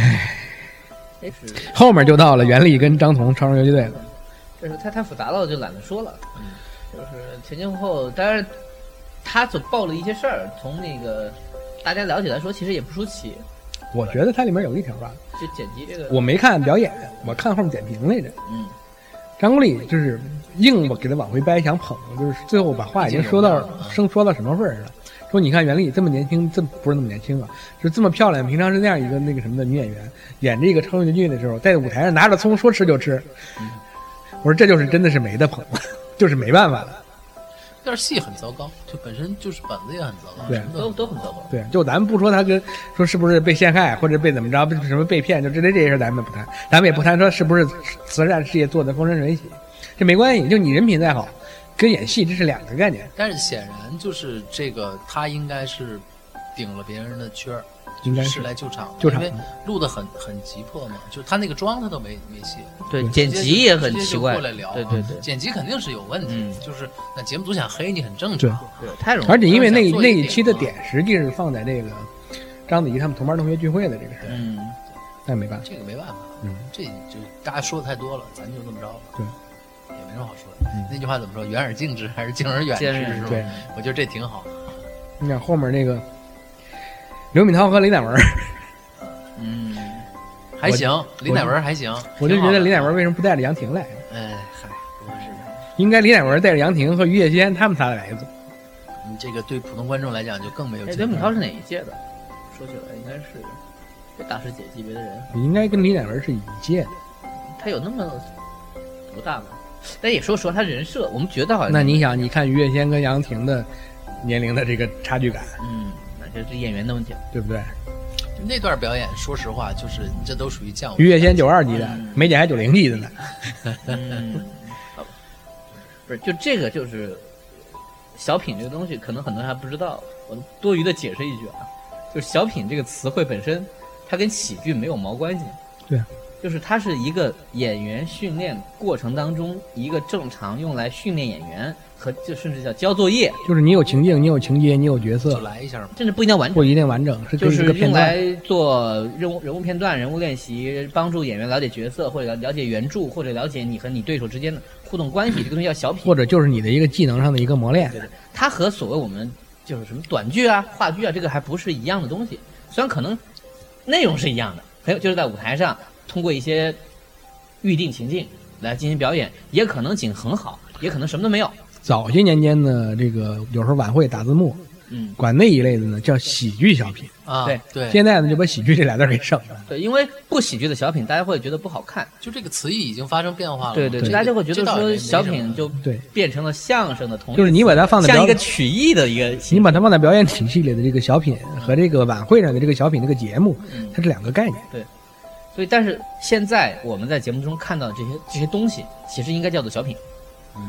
[SPEAKER 3] 这是
[SPEAKER 4] 后面就到了袁立跟张彤超生游击队了。
[SPEAKER 3] 这是太太复杂了，我就懒得说了。嗯，就是前前后后，当然他所暴露的一些事儿，从那个大家了解来说，其实也不出奇。
[SPEAKER 4] 我觉得它里面有一条吧，
[SPEAKER 3] 就剪辑这个，
[SPEAKER 4] 我没看表演，我看后面点评来着。
[SPEAKER 3] 嗯，
[SPEAKER 4] 张国立就是硬给他往回掰，想捧，就是最后把话已经说到生说到什么份儿上了。说你看袁立这么年轻，这么不是那么年轻啊，就是这么漂亮，平常是那样一个那个什么的女演员，演这个超人剧的时候，在舞台上拿着葱说吃就吃。我说这就是真的是没得捧， 就是没办法了。
[SPEAKER 1] 但是戏很糟糕，就本身就是本子也很糟糕，
[SPEAKER 4] 对
[SPEAKER 1] 什么
[SPEAKER 3] 都
[SPEAKER 1] 都
[SPEAKER 3] 都很糟糕。
[SPEAKER 4] 对，就咱们不说他跟说是不是被陷害或者被怎么着，被什么被骗，就这这这些事儿咱们不谈，咱们也不谈说是不是慈善事业做的风生水起，这没关系。就你人品再好，跟演戏这是两个概念。
[SPEAKER 1] 但是显然就是这个，他应该是顶了别人的缺儿，
[SPEAKER 4] 应该
[SPEAKER 1] 就是是来救场的，
[SPEAKER 4] 救场
[SPEAKER 1] 因为录的很很急迫嘛，就是他那个妆他都没没卸，
[SPEAKER 3] 对，
[SPEAKER 4] 对
[SPEAKER 3] 剪辑也很
[SPEAKER 1] 直接就
[SPEAKER 3] 奇怪。
[SPEAKER 1] 过来聊啊
[SPEAKER 3] 对对对
[SPEAKER 1] 剪辑肯定是有问题，
[SPEAKER 3] 嗯
[SPEAKER 1] 就是那节目组想黑你很正
[SPEAKER 4] 对
[SPEAKER 1] 常，啊
[SPEAKER 3] 对，太容易。
[SPEAKER 4] 而且因为那
[SPEAKER 1] 想做一
[SPEAKER 4] 那
[SPEAKER 1] 个
[SPEAKER 4] 一期的
[SPEAKER 1] 点
[SPEAKER 4] 点实际是放在这个章子怡他们同班同学聚会的这个事儿，
[SPEAKER 3] 嗯，
[SPEAKER 4] 但没办法，
[SPEAKER 1] 这个没办法，
[SPEAKER 4] 嗯
[SPEAKER 1] 这就大家说的太多了，咱就这么着吧，
[SPEAKER 4] 对，
[SPEAKER 1] 也没什么好说的。那句话怎么说？远而近之还是敬而
[SPEAKER 3] 嗯
[SPEAKER 1] 远
[SPEAKER 3] 敬而远
[SPEAKER 1] 之是吧？
[SPEAKER 4] 对，
[SPEAKER 1] 我觉得这挺好。
[SPEAKER 4] 你看后面那个刘敏涛和李乃文儿，
[SPEAKER 3] 嗯，
[SPEAKER 1] 还行，李乃文还行，
[SPEAKER 4] 我就
[SPEAKER 1] 挺
[SPEAKER 4] 觉
[SPEAKER 1] 好
[SPEAKER 4] 得
[SPEAKER 1] 的
[SPEAKER 4] 李乃文为什么不带着杨婷来？
[SPEAKER 1] 哎嗨，不是的，
[SPEAKER 4] 应该李乃文带着杨婷和于叶仙他们仨来一组。
[SPEAKER 1] 你这个对普通观众来讲就更没有
[SPEAKER 3] 哎，
[SPEAKER 1] 劲
[SPEAKER 3] 刘敏
[SPEAKER 1] 了
[SPEAKER 3] 涛是哪一届的？说起来应该是这大师姐级别的人，
[SPEAKER 4] 应该跟李乃文是一届的。
[SPEAKER 3] 他有那么多大吗？但也说实话，他人设我们觉得好像
[SPEAKER 4] 那你想，你看于叶仙跟杨婷的年龄的这个差距感，
[SPEAKER 3] 嗯，那就是演员的问题了。
[SPEAKER 4] 对不对？
[SPEAKER 1] 那段表演，说实话，就是这都属于降维。
[SPEAKER 4] 于叶仙九二级的，梅姐还九零级的呢。
[SPEAKER 3] 嗯，好吧不是，就这个就是小品这个东西，可能很多人还不知道。我多余的解释一句啊，就是小品这个词汇本身，它跟喜剧没有毛关系。
[SPEAKER 4] 对，
[SPEAKER 3] 就是它是一个演员训练过程当中一个正常用来训练演员和就甚至叫交作业，
[SPEAKER 4] 就是你有情境，你有情节，你有角
[SPEAKER 1] 就
[SPEAKER 4] 色，
[SPEAKER 1] 来一下嘛。
[SPEAKER 3] 甚至不一定要完整。
[SPEAKER 4] 不一定完整，是
[SPEAKER 3] 就
[SPEAKER 4] 就是个
[SPEAKER 3] 用
[SPEAKER 4] 片段。
[SPEAKER 3] 来做人物人物片段、人物练习，帮助演员了解角色，或者了解原著，或者了解你和你对手之间的互动关系。这个东西叫小品
[SPEAKER 4] 或。者就是你的一个技能上的一个磨练，
[SPEAKER 3] 它和所谓我们就是什么短剧啊、话剧啊，这个还不是一样的东西。虽然可能内容是一样的，很有就是在舞台上通过一些预定情境来进行表演，也可能景很好，也可能什么都没有。
[SPEAKER 4] 早些年间呢，这个有时候晚会打字幕，
[SPEAKER 3] 嗯，
[SPEAKER 4] 管那一类的呢叫喜剧小品。
[SPEAKER 1] 啊，
[SPEAKER 3] 对
[SPEAKER 1] 对，
[SPEAKER 4] 现在呢就把喜剧这俩字儿给省了。
[SPEAKER 3] 对，因为不喜剧的小品，大家会觉得不好看。
[SPEAKER 1] 就这个词义已经发生变化了嘛。
[SPEAKER 3] 对对
[SPEAKER 1] 这
[SPEAKER 3] 对，
[SPEAKER 1] 个
[SPEAKER 3] 大家就会觉
[SPEAKER 1] 这
[SPEAKER 3] 得
[SPEAKER 1] 倒也
[SPEAKER 3] 说
[SPEAKER 1] 没没什
[SPEAKER 3] 小
[SPEAKER 1] 么
[SPEAKER 3] 品就
[SPEAKER 4] 对
[SPEAKER 3] 变成了相声的同义
[SPEAKER 4] 就是你把它放在
[SPEAKER 3] 像
[SPEAKER 4] 表
[SPEAKER 3] 一个曲艺的一个
[SPEAKER 4] 你
[SPEAKER 3] 形，
[SPEAKER 4] 把它放在表演体系里的这个小品和这个晚会上的这个小品这个节目，它是两个概念。
[SPEAKER 3] 所以但是现在我们在节目中看到的这些这些东西，其实应该叫做小品。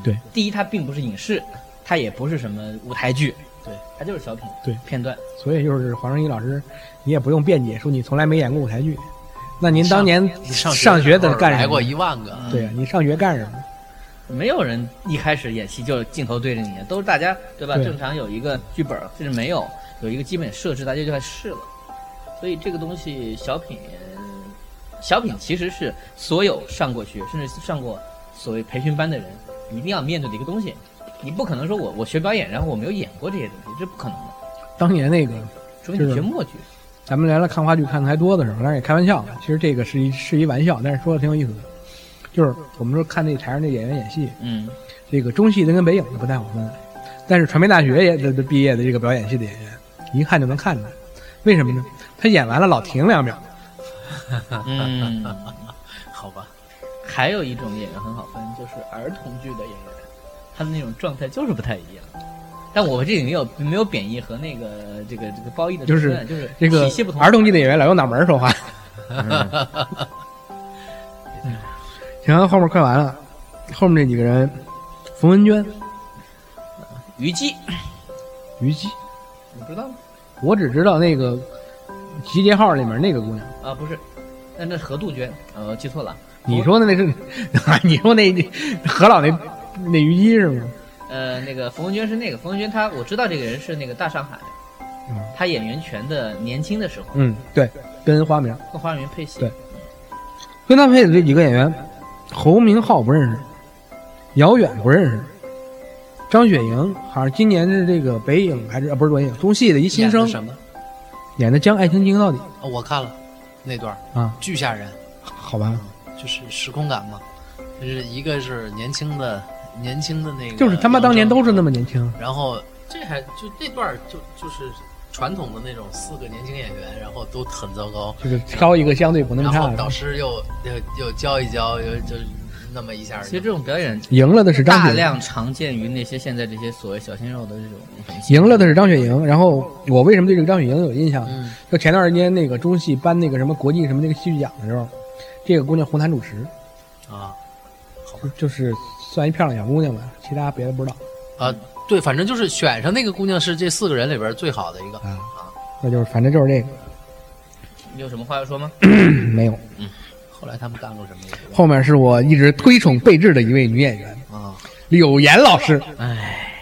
[SPEAKER 4] 对，
[SPEAKER 3] 第一，它并不是影视，它也不是什么舞台剧，
[SPEAKER 1] 对，
[SPEAKER 3] 它就是小品，
[SPEAKER 4] 对
[SPEAKER 3] 片段。
[SPEAKER 4] 所以就是黄圣依老师，你也不用辩解说你从来没演过舞台剧，那您当年
[SPEAKER 1] 你上
[SPEAKER 4] 上学的
[SPEAKER 1] 时候
[SPEAKER 4] 干
[SPEAKER 1] 来
[SPEAKER 4] 什
[SPEAKER 1] 过
[SPEAKER 4] 么？
[SPEAKER 1] 一万个，
[SPEAKER 4] 对呀，你上学干什么？
[SPEAKER 3] 没有人一开始演戏就是镜头对着你，都是大家对吧？
[SPEAKER 4] 对
[SPEAKER 3] 正常有一个剧本，甚至没有有一个基本设置，大家就开始试了。所以这个东西小品，小品其实是所有上过学，甚至上过所谓培训班的人一定要面对的一个东西。你不可能说我我学表演，然后我没有演过这些东西，这不可能的。
[SPEAKER 4] 当年那个
[SPEAKER 3] 除非你
[SPEAKER 4] 是
[SPEAKER 3] 学默剧，
[SPEAKER 4] 咱们原来看话剧看的还多的时候，当然也开玩笑了。其实这个是一是一玩笑，但是说的挺有意思的。就是我们说看那台上那演员演戏，
[SPEAKER 3] 嗯，
[SPEAKER 4] 这个中戏的跟北影的不太好分，但是传媒大学也的的毕业的这个表演系的演员，一看就能看出来。为什么呢？他演完了老停两秒，
[SPEAKER 3] 嗯，
[SPEAKER 1] 好吧，
[SPEAKER 3] 还有一种演员很好分，就是儿童剧的演员，他的那种状态就是不太一样。但我这里没有没有贬义和那个这个这个褒义的成
[SPEAKER 4] 就是
[SPEAKER 3] 分，就是
[SPEAKER 4] 这个
[SPEAKER 3] 体系不同。嗯
[SPEAKER 4] 儿童剧的演员老用脑门儿说话。行，后面快完了，后面这几个人，冯文娟、
[SPEAKER 3] 虞姬，
[SPEAKER 4] 虞姬，
[SPEAKER 3] 你不知道吗？
[SPEAKER 4] 我只知道那个《集结号》里面那个姑娘。
[SPEAKER 3] 啊，不是，那那是何杜鹃，呃，记错了。
[SPEAKER 4] 你说的那是， 你说那何老那那虞姬是吗？
[SPEAKER 3] 呃，那个冯文娟是那个冯文娟她，我知道这个人是那个大上海
[SPEAKER 4] 嗯，
[SPEAKER 3] 她演袁泉的年轻的时候
[SPEAKER 4] 嗯，对，跟花名
[SPEAKER 3] 跟花园配戏，
[SPEAKER 4] 对跟他配的这几个演员，侯明昊不认识，姚远不认识，张雪迎好像今年是这个北影还是啊不是北影中戏的一新
[SPEAKER 1] 演
[SPEAKER 4] 生
[SPEAKER 1] 的什么？
[SPEAKER 4] 演的《将爱情进行到底
[SPEAKER 1] 哦我看了那段儿》
[SPEAKER 4] 啊，
[SPEAKER 1] 巨吓人，
[SPEAKER 4] 好吧，
[SPEAKER 1] 就是时空感嘛，就是一个是年轻的年轻的那个，
[SPEAKER 4] 就是他妈当年都是那么年轻，
[SPEAKER 1] 然后这还就这段儿就就是传统的那种四个年轻演员，然后都很糟糕，
[SPEAKER 4] 就是挑一个相对不那么
[SPEAKER 1] 然
[SPEAKER 4] 差
[SPEAKER 1] 后
[SPEAKER 4] 的
[SPEAKER 1] 导。师又又又教一教，又就那么一下儿就。
[SPEAKER 3] 其实这种表演
[SPEAKER 4] 赢了的是张
[SPEAKER 3] 大
[SPEAKER 4] 雪迎，
[SPEAKER 3] 量常见于那些现在这些所谓小鲜肉的这种明星
[SPEAKER 4] 赢了的是张雪迎。然后我为什么对这个张雪迎有印象？
[SPEAKER 1] 嗯，
[SPEAKER 4] 就前段时间那个中戏颁那个什么国际什么那个戏剧奖的时候，这个姑娘红毯主持，
[SPEAKER 1] 啊
[SPEAKER 4] 就是算一漂亮小姑娘吧，其他别的不知道
[SPEAKER 1] 啊，对，反正就是选上那个姑娘是这四个人里边儿最好的一个。
[SPEAKER 4] 啊。那就是反正就是这个
[SPEAKER 3] 你有什么话要说吗？
[SPEAKER 4] 嗯没有。
[SPEAKER 1] 后来他们干过什么呀？
[SPEAKER 4] 后面是我一直推崇备至的一位女演员
[SPEAKER 1] 啊，
[SPEAKER 4] 柳岩老师，
[SPEAKER 3] 唉，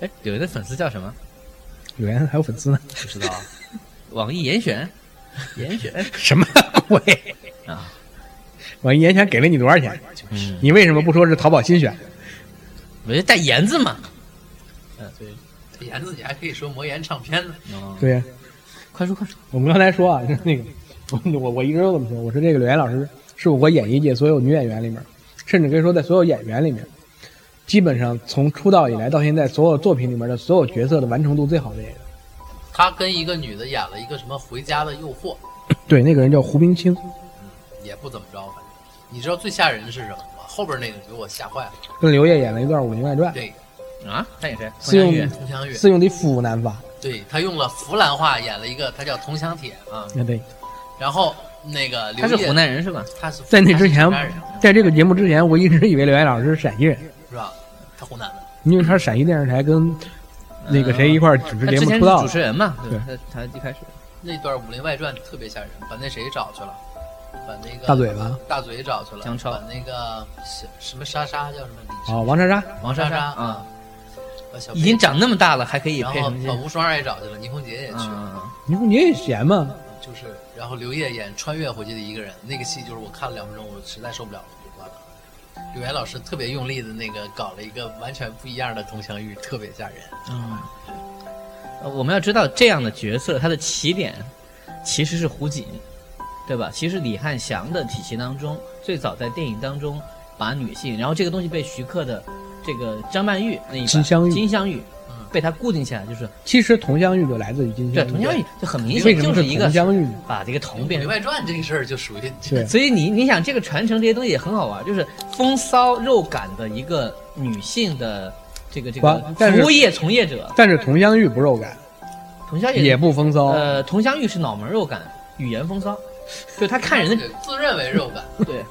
[SPEAKER 3] 哎，有人的粉丝叫什么？
[SPEAKER 4] 柳岩还有粉丝呢，
[SPEAKER 1] 不知道啊。
[SPEAKER 3] 网易严选，严选
[SPEAKER 4] 什么鬼
[SPEAKER 3] 啊？
[SPEAKER 4] 网易严选给了你多少钱？
[SPEAKER 3] 嗯
[SPEAKER 4] 你为什么不说是淘宝新选？
[SPEAKER 3] 我就带盐字嘛。嗯，对，
[SPEAKER 1] 这言自己还可以说魔岩唱片呢。
[SPEAKER 3] 哦，
[SPEAKER 4] 对呀、
[SPEAKER 3] 快说快说，
[SPEAKER 4] 我们刚才说啊，就是那个，我我我一直都这么说，我说这个柳岩老师是我国演艺界所有女演员里面，甚至可以说在所有演员里面，基本上从出道以来到现在所有作品里面的所有角色的完成度最好的演员。
[SPEAKER 1] 他跟一个女的演了一个什么《回家的诱惑》，
[SPEAKER 4] 对，那个人叫胡冰卿，
[SPEAKER 1] 也不怎么着，反正你知道最吓人的是什么吗？后边那个给我吓坏了。
[SPEAKER 4] 跟刘烨演了一段《武林外传
[SPEAKER 1] 对，
[SPEAKER 3] 啊，他演谁？
[SPEAKER 4] 是用
[SPEAKER 3] 宋佳玉
[SPEAKER 1] 佟湘》，玉，
[SPEAKER 4] 是用的腐男法。
[SPEAKER 1] 对他用了湖南话演了一个，他叫《铜香铁》啊。
[SPEAKER 4] 啊，对，
[SPEAKER 1] 然后那个刘
[SPEAKER 3] 他是
[SPEAKER 1] 烨
[SPEAKER 3] 湖，南人是吧？
[SPEAKER 1] 他是
[SPEAKER 4] 在那之前
[SPEAKER 1] 他是湖南人
[SPEAKER 4] 在这个节目之前，我一直以为柳岩老师是陕西人，
[SPEAKER 1] 是吧？他湖南的。
[SPEAKER 4] 因为他是陕西电视台跟那个谁一块儿主持
[SPEAKER 3] 他
[SPEAKER 4] 节
[SPEAKER 3] 呃之
[SPEAKER 4] 目
[SPEAKER 3] 前
[SPEAKER 4] 出
[SPEAKER 3] 是
[SPEAKER 4] 道
[SPEAKER 3] 主
[SPEAKER 4] 的。
[SPEAKER 3] 持人嘛，对吧？他他一开始
[SPEAKER 1] 那段《武林外传》特别吓人，把那谁找去了，把那个
[SPEAKER 4] 大嘴巴，
[SPEAKER 1] 大嘴找去了，
[SPEAKER 3] 姜超
[SPEAKER 1] 把那个什什么莎莎叫什么李莎
[SPEAKER 4] 哦，王莎莎，
[SPEAKER 3] 王莎
[SPEAKER 1] 莎
[SPEAKER 3] 莎
[SPEAKER 1] 啊
[SPEAKER 3] 啊，，
[SPEAKER 1] 把小
[SPEAKER 3] 已经
[SPEAKER 1] 贝
[SPEAKER 3] 长那么大了，还可以
[SPEAKER 1] 然
[SPEAKER 3] 配
[SPEAKER 1] 后
[SPEAKER 3] 什么
[SPEAKER 1] 把
[SPEAKER 3] 戏？
[SPEAKER 1] 吴双儿也找去了，倪虹洁也去了，
[SPEAKER 3] 嗯，
[SPEAKER 4] 你不你也闲吗？
[SPEAKER 1] 就是然后刘烨演穿越回去的一个人，那个戏就是我看了两分钟，我实在受不了了，我就关了。柳岩老师特别用力的那个搞了一个完全不一样的佟湘玉，特别吓人。
[SPEAKER 3] 啊呃我们要知道这样的角色，他的起点其实是胡锦，对吧？其实李翰祥的体系当中，最早在电影当中把女性，然后这个东西被徐克的这个张曼玉那一版
[SPEAKER 4] 金镶玉
[SPEAKER 3] 金镶玉
[SPEAKER 1] 嗯
[SPEAKER 3] 被他固定下来，就是
[SPEAKER 4] 其实佟湘玉就来自于金
[SPEAKER 3] 对
[SPEAKER 4] 镶玉。
[SPEAKER 3] 佟湘玉就很明
[SPEAKER 4] 为
[SPEAKER 3] 显
[SPEAKER 4] 什
[SPEAKER 3] 就
[SPEAKER 4] 么
[SPEAKER 3] 是是一个
[SPEAKER 4] 佟湘玉呢？
[SPEAKER 3] 把这个
[SPEAKER 1] 《
[SPEAKER 3] 铜
[SPEAKER 1] 武
[SPEAKER 3] 变
[SPEAKER 1] 林
[SPEAKER 3] 成。
[SPEAKER 1] 外传》这个事儿就属于
[SPEAKER 4] 对
[SPEAKER 3] 所以你你想这个传承这些东西也很好玩，就是风骚肉感的一个女性的这个这个
[SPEAKER 4] 不但是
[SPEAKER 3] 服务业从业者，
[SPEAKER 4] 但是佟湘玉不肉感，
[SPEAKER 3] 佟湘玉
[SPEAKER 4] 也不风骚，
[SPEAKER 3] 呃，佟湘玉是脑门肉感，语言风骚，就他看人的
[SPEAKER 1] 对自认为肉感，
[SPEAKER 3] 对，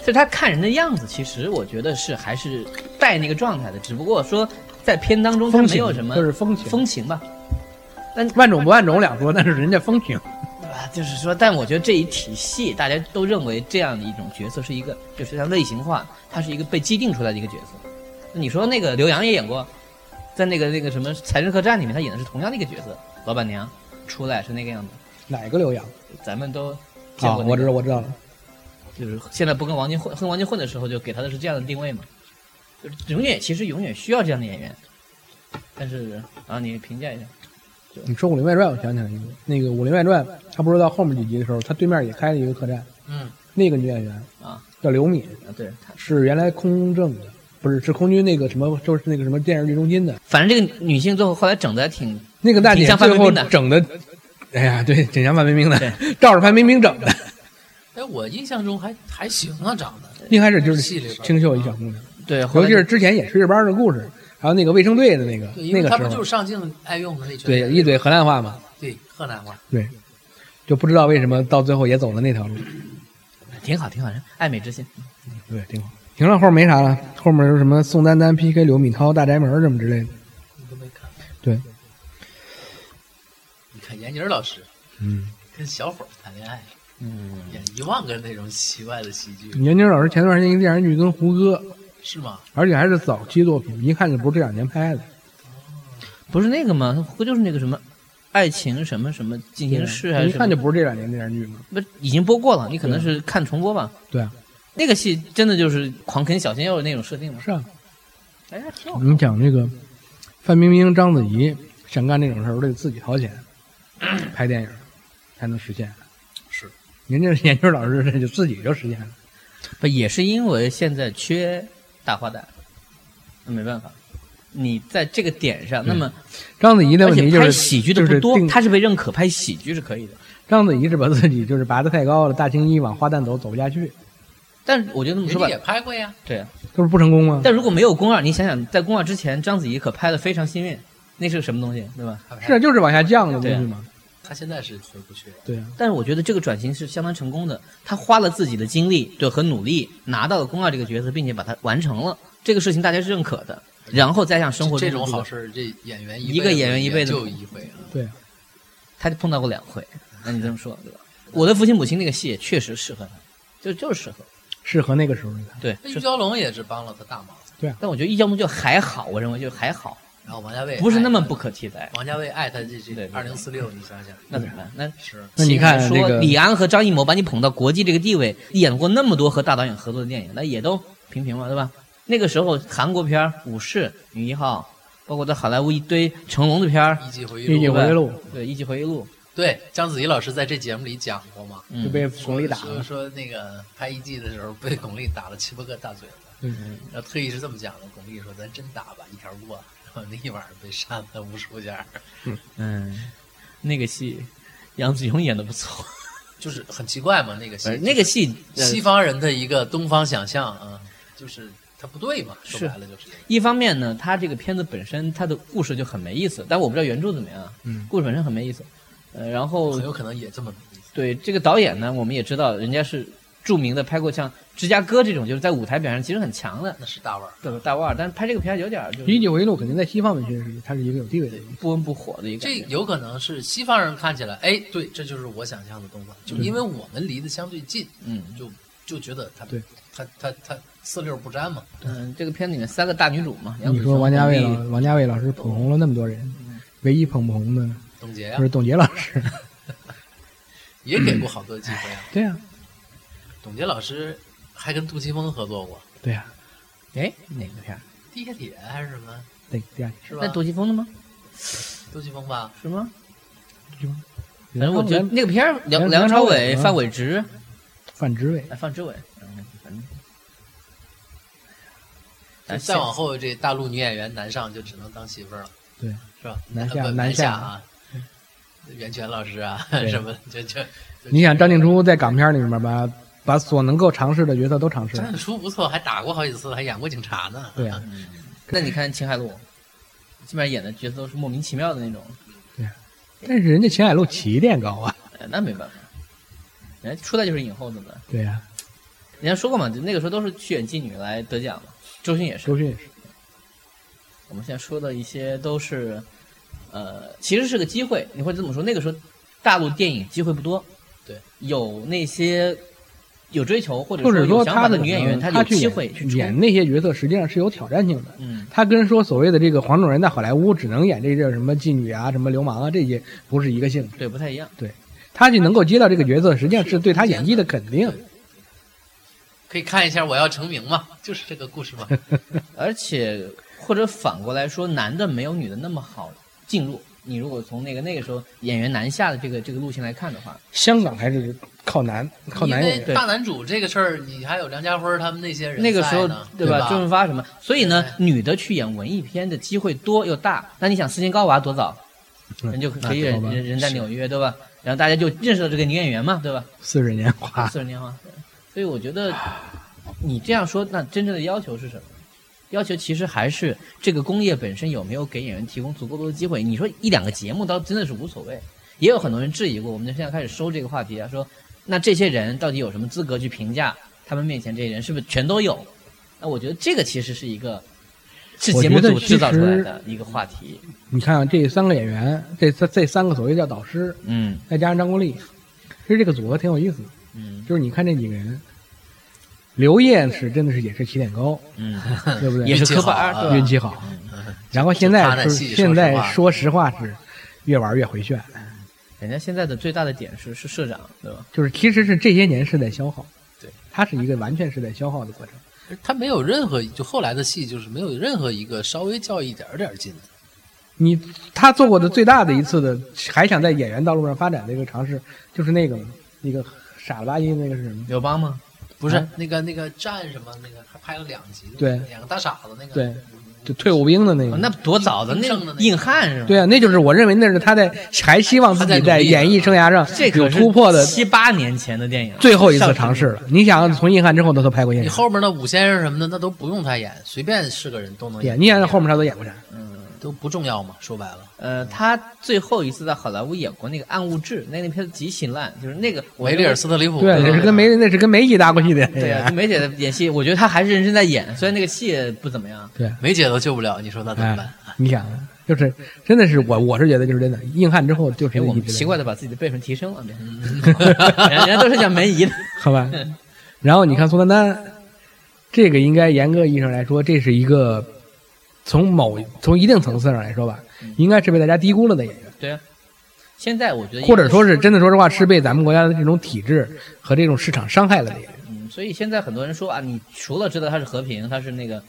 [SPEAKER 3] 就是他看人的样子，其实我觉得是还是带那个状态的，只不过说在片当中他
[SPEAKER 4] 风
[SPEAKER 3] 没
[SPEAKER 4] 情
[SPEAKER 3] 有什么
[SPEAKER 4] 就是风情，
[SPEAKER 3] 风情吧。但
[SPEAKER 4] 万种不万种两说，但是人家风情。
[SPEAKER 3] 啊，就是说，但我觉得这一体系大家都认为这样的一种角色是一个，就是像类型化，它是一个被既定出来的一个角色。那你说那个刘洋也演过，在那个那个什么《财神客栈》里面，他演的是同样的一个角色，老板娘出来是那个样子。
[SPEAKER 4] 哪个刘洋？
[SPEAKER 3] 咱们都见
[SPEAKER 4] 啊，
[SPEAKER 3] 过那个、
[SPEAKER 4] 我知道，我知道了。
[SPEAKER 3] 就是现在不跟王晶混，跟王晶混的时候，就给他的是这样的定位嘛，就是永远其实永远需要这样的演员，但是啊，你评价一下，
[SPEAKER 4] 你说《武林外传》，我想起来一个，那个《武林外传》，他不是到后面几集的时候，他对面也开了一个客栈，
[SPEAKER 1] 嗯，
[SPEAKER 4] 那个女演员
[SPEAKER 3] 啊
[SPEAKER 4] 叫刘敏，
[SPEAKER 3] 啊，对他，
[SPEAKER 4] 是原来空政的，不是是空军那个什么，就是那个什么电视剧中心的
[SPEAKER 3] 反正这个女性最后后来整的还挺，
[SPEAKER 4] 那个大姐，
[SPEAKER 3] 挺像范
[SPEAKER 4] 最
[SPEAKER 3] 冰
[SPEAKER 4] 后
[SPEAKER 3] 冰的
[SPEAKER 4] 整的，哎呀，对，挺像范冰冰的
[SPEAKER 3] 对，
[SPEAKER 4] 照着范冰冰 整的。
[SPEAKER 1] 哎，我印象中还还行啊，长得
[SPEAKER 4] 一开始就
[SPEAKER 1] 戏里
[SPEAKER 4] 是
[SPEAKER 1] 边嗯
[SPEAKER 4] 清秀一小姑娘，
[SPEAKER 3] 对，后
[SPEAKER 4] 尤
[SPEAKER 3] 来
[SPEAKER 4] 其是之前演炊事班的故事，还有那个卫生队的那个
[SPEAKER 1] 对，因
[SPEAKER 4] 那
[SPEAKER 1] 为
[SPEAKER 4] 个
[SPEAKER 1] 他
[SPEAKER 4] 时
[SPEAKER 1] 们就
[SPEAKER 4] 候，
[SPEAKER 1] 是上镜爱用的那群
[SPEAKER 4] 对
[SPEAKER 1] 人
[SPEAKER 4] 一嘴河南话嘛，
[SPEAKER 1] 对河南话，
[SPEAKER 4] 对，就不知道为什么到最后也走了那条路，
[SPEAKER 3] 挺好挺好，爱美之心，
[SPEAKER 4] 对，挺好。行了，后面没啥了，后面有什么宋丹丹 PK 刘敏涛、大宅门什么之类的，
[SPEAKER 1] 你都没看。
[SPEAKER 4] 对，
[SPEAKER 1] 你看闫妮儿老师
[SPEAKER 4] 嗯，
[SPEAKER 1] 跟小伙儿谈恋爱，
[SPEAKER 3] 嗯，
[SPEAKER 1] 演一万个那种奇怪的喜剧，
[SPEAKER 4] 闫妮老师前段时间一个电视剧跟胡歌，
[SPEAKER 1] 是吗？
[SPEAKER 4] 而且还是早期作品，一看就不是这两年拍的。
[SPEAKER 3] 不是那个吗？不就是那个什么，爱情什么什么进行式还是
[SPEAKER 4] 啊一
[SPEAKER 3] 什么
[SPEAKER 4] 看就不是这两年电视剧嘛。
[SPEAKER 3] 不已经播过了，你可能是看重播吧。
[SPEAKER 4] 对啊，
[SPEAKER 3] 那个戏真的就是狂啃小鲜肉的那种设定嘛。
[SPEAKER 4] 是啊，
[SPEAKER 3] 哎，还挺好。
[SPEAKER 4] 你讲这个范冰冰、章子怡想干这种事儿，我得自己 掏钱拍电影才能实现。
[SPEAKER 1] 是，
[SPEAKER 4] 您这研究老师这就自己就实现了。
[SPEAKER 3] 不也是因为现在缺大花旦，那没办法。你在这个点上，那么
[SPEAKER 4] 章子怡的
[SPEAKER 3] 而
[SPEAKER 4] 问题
[SPEAKER 3] 且
[SPEAKER 4] 就
[SPEAKER 3] 拍
[SPEAKER 4] 是
[SPEAKER 3] 喜剧的
[SPEAKER 4] 就
[SPEAKER 3] 不
[SPEAKER 4] 是
[SPEAKER 3] 多，
[SPEAKER 4] 定
[SPEAKER 3] 他是被认可，拍喜剧是可以的。
[SPEAKER 4] 章子怡是把自己就是拔得太高了，大青衣往花旦走走不下去，
[SPEAKER 3] 但嗯是我觉得这么
[SPEAKER 1] 人
[SPEAKER 3] 说
[SPEAKER 1] 家
[SPEAKER 3] 吧
[SPEAKER 1] 也，拍过呀，
[SPEAKER 3] 对啊。
[SPEAKER 4] 这不是不成功吗？
[SPEAKER 3] 但如果没有宫二，你想想，在宫二之前，章子怡可拍的非常幸运，那是个什么东西，对吧？
[SPEAKER 1] 他
[SPEAKER 4] 是啊，就是往下降的东
[SPEAKER 3] 对啊
[SPEAKER 4] 西嘛。
[SPEAKER 1] 他现在是回不去了。
[SPEAKER 4] 对啊，
[SPEAKER 3] 但是我觉得这个转型是相当成功的，他花了自己的精力对和努力拿到了宫二这个角色，并且把它完成了，这个事情大家是认可的。然后再向生活
[SPEAKER 1] 这
[SPEAKER 3] 中
[SPEAKER 1] 这种
[SPEAKER 3] 注入
[SPEAKER 1] 好事儿，这演员
[SPEAKER 3] 一个演员一
[SPEAKER 1] 一
[SPEAKER 3] 辈子
[SPEAKER 1] 就一回啊。
[SPEAKER 4] 对啊，
[SPEAKER 3] 他就碰到过两回。那你这么说对吧？ 我的父亲母亲那个戏也确实适合他，就就是适合。
[SPEAKER 4] 适合那个时候的他。
[SPEAKER 3] 对，
[SPEAKER 1] 那
[SPEAKER 3] 是
[SPEAKER 1] 玉娇龙也是帮了他大忙，
[SPEAKER 3] 但我觉得易教梦就还好，我认为就还好，
[SPEAKER 1] 然后王家卫
[SPEAKER 3] 不是那么
[SPEAKER 1] 爱他
[SPEAKER 3] 不可替代。
[SPEAKER 1] 王家卫爱他这这
[SPEAKER 3] 对对
[SPEAKER 1] 二零四六，你想想
[SPEAKER 3] 那怎么办？那
[SPEAKER 1] 是
[SPEAKER 4] 那你看
[SPEAKER 3] 起码说
[SPEAKER 4] 这个
[SPEAKER 3] 李安和张艺谋把你捧到国际这个地位，演过那么多和大导演合作的电影，那也都平平嘛，对吧？那个时候韩国片儿《武士》《女一号》，包括在好莱坞一堆成龙的片儿，
[SPEAKER 1] 一季回忆
[SPEAKER 4] 一
[SPEAKER 1] 录
[SPEAKER 4] 季回忆录
[SPEAKER 3] 对《一级回忆录》，
[SPEAKER 1] 对，章子怡老师在这节目里讲过嘛，
[SPEAKER 3] 嗯
[SPEAKER 4] 就被巩俐打
[SPEAKER 1] 说
[SPEAKER 4] 了。
[SPEAKER 1] 说那个拍一季的时候被巩俐打了七八个大嘴巴，
[SPEAKER 4] 嗯，
[SPEAKER 1] 然后特呃意是这么讲的，巩俐说咱真打吧，一条过，然后那一晚上被扇了无数下儿，
[SPEAKER 3] 嗯，那个戏杨紫琼演的不错，
[SPEAKER 1] 就是很奇怪嘛那个戏，
[SPEAKER 4] 哎
[SPEAKER 3] 那个戏呃
[SPEAKER 1] 西方人的一个东方想象啊，就是它不对嘛，说
[SPEAKER 3] 是
[SPEAKER 1] 白了就是这个。
[SPEAKER 3] 一方面呢，它这个片子本身它的故事就很没意思，但我不知道原著怎么样，啊
[SPEAKER 4] 嗯，
[SPEAKER 3] 故事本身很没意思。呃，然后
[SPEAKER 1] 很有可能也这么理解
[SPEAKER 3] 对这个导演呢，我们也知道，人家是著名的拍过像《芝加哥》这种，就是在舞台表现其实很强的，
[SPEAKER 1] 那是大腕儿。
[SPEAKER 3] 对吧？大腕儿，但是拍这个片儿有点儿就是
[SPEAKER 4] 一季回忆录肯定在西方文学是它是一个有地位的。
[SPEAKER 3] 不温不火的一个
[SPEAKER 1] 这
[SPEAKER 3] 感觉。
[SPEAKER 1] 有可能是西方人看起来，哎，对，这就是我想象的东方，就因为我们离得相对近，
[SPEAKER 3] 嗯
[SPEAKER 1] 就就觉得他
[SPEAKER 4] 对
[SPEAKER 1] 他他他四六不沾嘛。
[SPEAKER 3] 嗯，这个片子里面三个大女主嘛，杨
[SPEAKER 4] 你
[SPEAKER 3] 紫
[SPEAKER 4] 说
[SPEAKER 3] 琼、
[SPEAKER 4] 王家卫老
[SPEAKER 3] 巩俐
[SPEAKER 4] 王家卫老师捧红了那么多人，唯一捧不红的
[SPEAKER 1] 董洁呀、
[SPEAKER 4] 就是董洁老师。
[SPEAKER 1] 也给过好多机会啊。
[SPEAKER 4] 对呀，
[SPEAKER 1] 董洁老师还跟杜琪峰合作过，
[SPEAKER 4] 对啊呀，
[SPEAKER 3] 哎哪个片儿？
[SPEAKER 1] 地下铁还是什么，
[SPEAKER 4] 对对呀。啊
[SPEAKER 1] 是吧
[SPEAKER 3] 那？杜琪峰的吗？
[SPEAKER 1] 杜琪峰吧，
[SPEAKER 3] 是吗？
[SPEAKER 4] 反
[SPEAKER 3] 反
[SPEAKER 4] 啊哎
[SPEAKER 3] 正我觉得那个片儿，梁
[SPEAKER 4] 梁
[SPEAKER 3] 梁
[SPEAKER 4] 梁
[SPEAKER 3] 朝
[SPEAKER 4] 朝
[SPEAKER 3] 伟、
[SPEAKER 4] 伟
[SPEAKER 3] 范伟直、
[SPEAKER 4] 范植伟，
[SPEAKER 3] 哎范志伟，嗯反正。
[SPEAKER 1] 就再往后这大陆女演员南上就只能当媳妇儿了，
[SPEAKER 4] 对，
[SPEAKER 1] 是吧？
[SPEAKER 4] 南下
[SPEAKER 1] 呃不
[SPEAKER 4] 南
[SPEAKER 1] 南
[SPEAKER 4] 下嗯
[SPEAKER 1] 啊，袁泉老师啊
[SPEAKER 4] 对
[SPEAKER 1] 什么的就就
[SPEAKER 4] 你想张静初在港片里面吧，把所能够尝试的角色都尝试
[SPEAKER 1] 张
[SPEAKER 4] 了。
[SPEAKER 1] 静初不错，还打过好几次，还演过警察呢。
[SPEAKER 4] 对呀，
[SPEAKER 3] 那你看秦海璐，基本上演的角色都是莫名其妙的那种，
[SPEAKER 4] 但是人家秦海璐起点高 啊。
[SPEAKER 3] 哎，那没办法，人家出来就是影后的嘛。
[SPEAKER 4] 对啊呀，
[SPEAKER 3] 人家说过嘛，就那个时候都是去演妓女来得奖嘛。周迅也是
[SPEAKER 4] 周，迅也是。
[SPEAKER 3] 我们现在说的一些都是，呃，其实是个机会。你会这么说，那个时候大陆电影机会不多，
[SPEAKER 1] 对，
[SPEAKER 3] 有那些有追求或者
[SPEAKER 4] 或者
[SPEAKER 3] 有
[SPEAKER 4] 说
[SPEAKER 3] 想法
[SPEAKER 4] 嗯他
[SPEAKER 3] 的女演员，
[SPEAKER 4] 她
[SPEAKER 3] 有
[SPEAKER 4] 去
[SPEAKER 3] 机
[SPEAKER 4] 演
[SPEAKER 3] 会去
[SPEAKER 4] 演
[SPEAKER 3] 冲。
[SPEAKER 4] 那些角色，实际上是有挑战性的。
[SPEAKER 3] 嗯，
[SPEAKER 4] 他跟说所谓的这个黄种人在好莱坞只能演这叫什么妓女啊、什么流氓啊这些不是一个性质。
[SPEAKER 3] 对，不太一样。
[SPEAKER 4] 他就能够接到这个角色，实际上是对他演技的肯定。
[SPEAKER 1] 可以看一下《我要成名》嘛，就是这个故事嘛。
[SPEAKER 3] 而且或者反过来说，男的没有女的那么好进入。你如果从那个那个时候演员南下的这个这个路线来看的话，
[SPEAKER 4] 香港还是靠男， 靠男
[SPEAKER 1] 因
[SPEAKER 4] 演
[SPEAKER 1] 为
[SPEAKER 4] 员。
[SPEAKER 1] 大男主这个事儿，你还有梁家辉他们那些人
[SPEAKER 3] 那个时候
[SPEAKER 1] 在呢
[SPEAKER 3] 对
[SPEAKER 1] 对
[SPEAKER 3] 吧？周润发什么？所以呢，
[SPEAKER 1] 对
[SPEAKER 3] 女的去演文艺片的机会多又大。那你想，斯琴高娃多早，人就可以
[SPEAKER 4] 嗯那
[SPEAKER 3] 人
[SPEAKER 4] 可不嘛
[SPEAKER 3] 人人在纽约对吧？然后大家就认识到这个女演员嘛，对吧？
[SPEAKER 4] 四十年华，
[SPEAKER 3] 四十年华。对所以我觉得你这样说，那真正的要求是什么？要求其实还是这个工业本身有没有给演员提供足够多的机会。你说一两个节目倒真的是无所谓，也有很多人质疑过。我们现在开始收这个话题啊，说那这些人到底有什么资格去评价他们面前这些人是不是全都有？那我觉得这个其实是一个是节目
[SPEAKER 4] 我觉得
[SPEAKER 3] 组
[SPEAKER 4] 其实
[SPEAKER 3] 制造出来的一个话题。
[SPEAKER 4] 你看、啊、这三个演员，这三这三个所谓叫导师，
[SPEAKER 3] 嗯
[SPEAKER 4] 再加上张国立，其实这个组合挺有意思的。
[SPEAKER 3] 嗯
[SPEAKER 4] 就是你看这几个人，刘烨是真的是也是起点高，
[SPEAKER 3] 嗯，
[SPEAKER 4] 对不对？
[SPEAKER 3] 也是
[SPEAKER 1] 运气
[SPEAKER 3] 科班
[SPEAKER 1] 好
[SPEAKER 3] 儿
[SPEAKER 1] 啊嗯
[SPEAKER 3] 对吧？
[SPEAKER 4] 运气好。然后现
[SPEAKER 1] 就他
[SPEAKER 4] 在
[SPEAKER 1] 那
[SPEAKER 4] 是
[SPEAKER 1] 戏
[SPEAKER 4] 现
[SPEAKER 1] 说实
[SPEAKER 4] 在
[SPEAKER 1] 话
[SPEAKER 4] 说实话是越玩越回旋，
[SPEAKER 3] 人家现在的最大的点是是社长对吧？
[SPEAKER 4] 就是其实是这些年是在消耗，
[SPEAKER 1] 对，
[SPEAKER 4] 它是一个完全是在消耗的过程。
[SPEAKER 1] 他没有任何就后来的戏，就是没有任何一个稍微较一点儿点儿劲的。
[SPEAKER 4] 你他做过的最大的一次的还想在演员道路上发展的一个尝试，就是那个那个傻了吧唧的那个是什么？
[SPEAKER 3] 刘邦吗？
[SPEAKER 1] 不是、
[SPEAKER 4] 啊
[SPEAKER 1] 那个那个战什么那个，还拍了两集，
[SPEAKER 4] 对
[SPEAKER 1] 两个大傻子那个，
[SPEAKER 4] 对，就退伍兵的那个。
[SPEAKER 3] 哦那多早的那
[SPEAKER 1] 硬正的那个
[SPEAKER 3] 硬汉是吧？
[SPEAKER 4] 对啊，那就是我认为那是他在还希望自己在演艺生涯上
[SPEAKER 3] 这可
[SPEAKER 4] 有
[SPEAKER 3] 是
[SPEAKER 4] 突破的
[SPEAKER 3] 七八年前的电影，
[SPEAKER 4] 最后一次尝试了。你想，从硬汉之后他都拍过硬
[SPEAKER 1] 你
[SPEAKER 4] 汉，
[SPEAKER 1] 后面的武先生什么的，那都不用他演，随便是个人都能
[SPEAKER 4] 对，啊
[SPEAKER 1] 演。
[SPEAKER 4] 你想后面他都演过啥？
[SPEAKER 3] 哦
[SPEAKER 1] 都不重要嘛，说白了，
[SPEAKER 3] 呃，他最后一次在好莱坞演过那个《暗物质》，那那片子极其烂，就是那个我
[SPEAKER 1] 梅丽尔·斯特里普
[SPEAKER 4] 对，
[SPEAKER 1] 吧
[SPEAKER 4] 那是跟梅那是跟梅姨搭过戏的。
[SPEAKER 3] 哦对啊，就梅姐的演戏，我觉得她还是认真在演，虽然那个戏不怎么 样。
[SPEAKER 1] 梅姐都救不了，你说那怎么办？
[SPEAKER 4] 哎，你想，就是真的是我，我是觉得就是真的，硬汉之后就是
[SPEAKER 3] 哎，我
[SPEAKER 4] 一
[SPEAKER 3] 们
[SPEAKER 4] 直
[SPEAKER 3] 奇怪的把自己的辈分提升了，变成 人家都是讲梅姨的。
[SPEAKER 4] 好吧。然后你看宋丹丹，这个应该严格意义上来说，这是一个从某从一定层次上来说吧，
[SPEAKER 3] 嗯
[SPEAKER 4] 应该是被大家低估了的演员，
[SPEAKER 3] 对啊，现在我觉得也
[SPEAKER 4] 或者说是真的说实话是被咱们国家的这种体制和这种市场伤害了的演员。
[SPEAKER 3] 嗯，所以现在很多人说啊，你除了知道她是和平，她是那个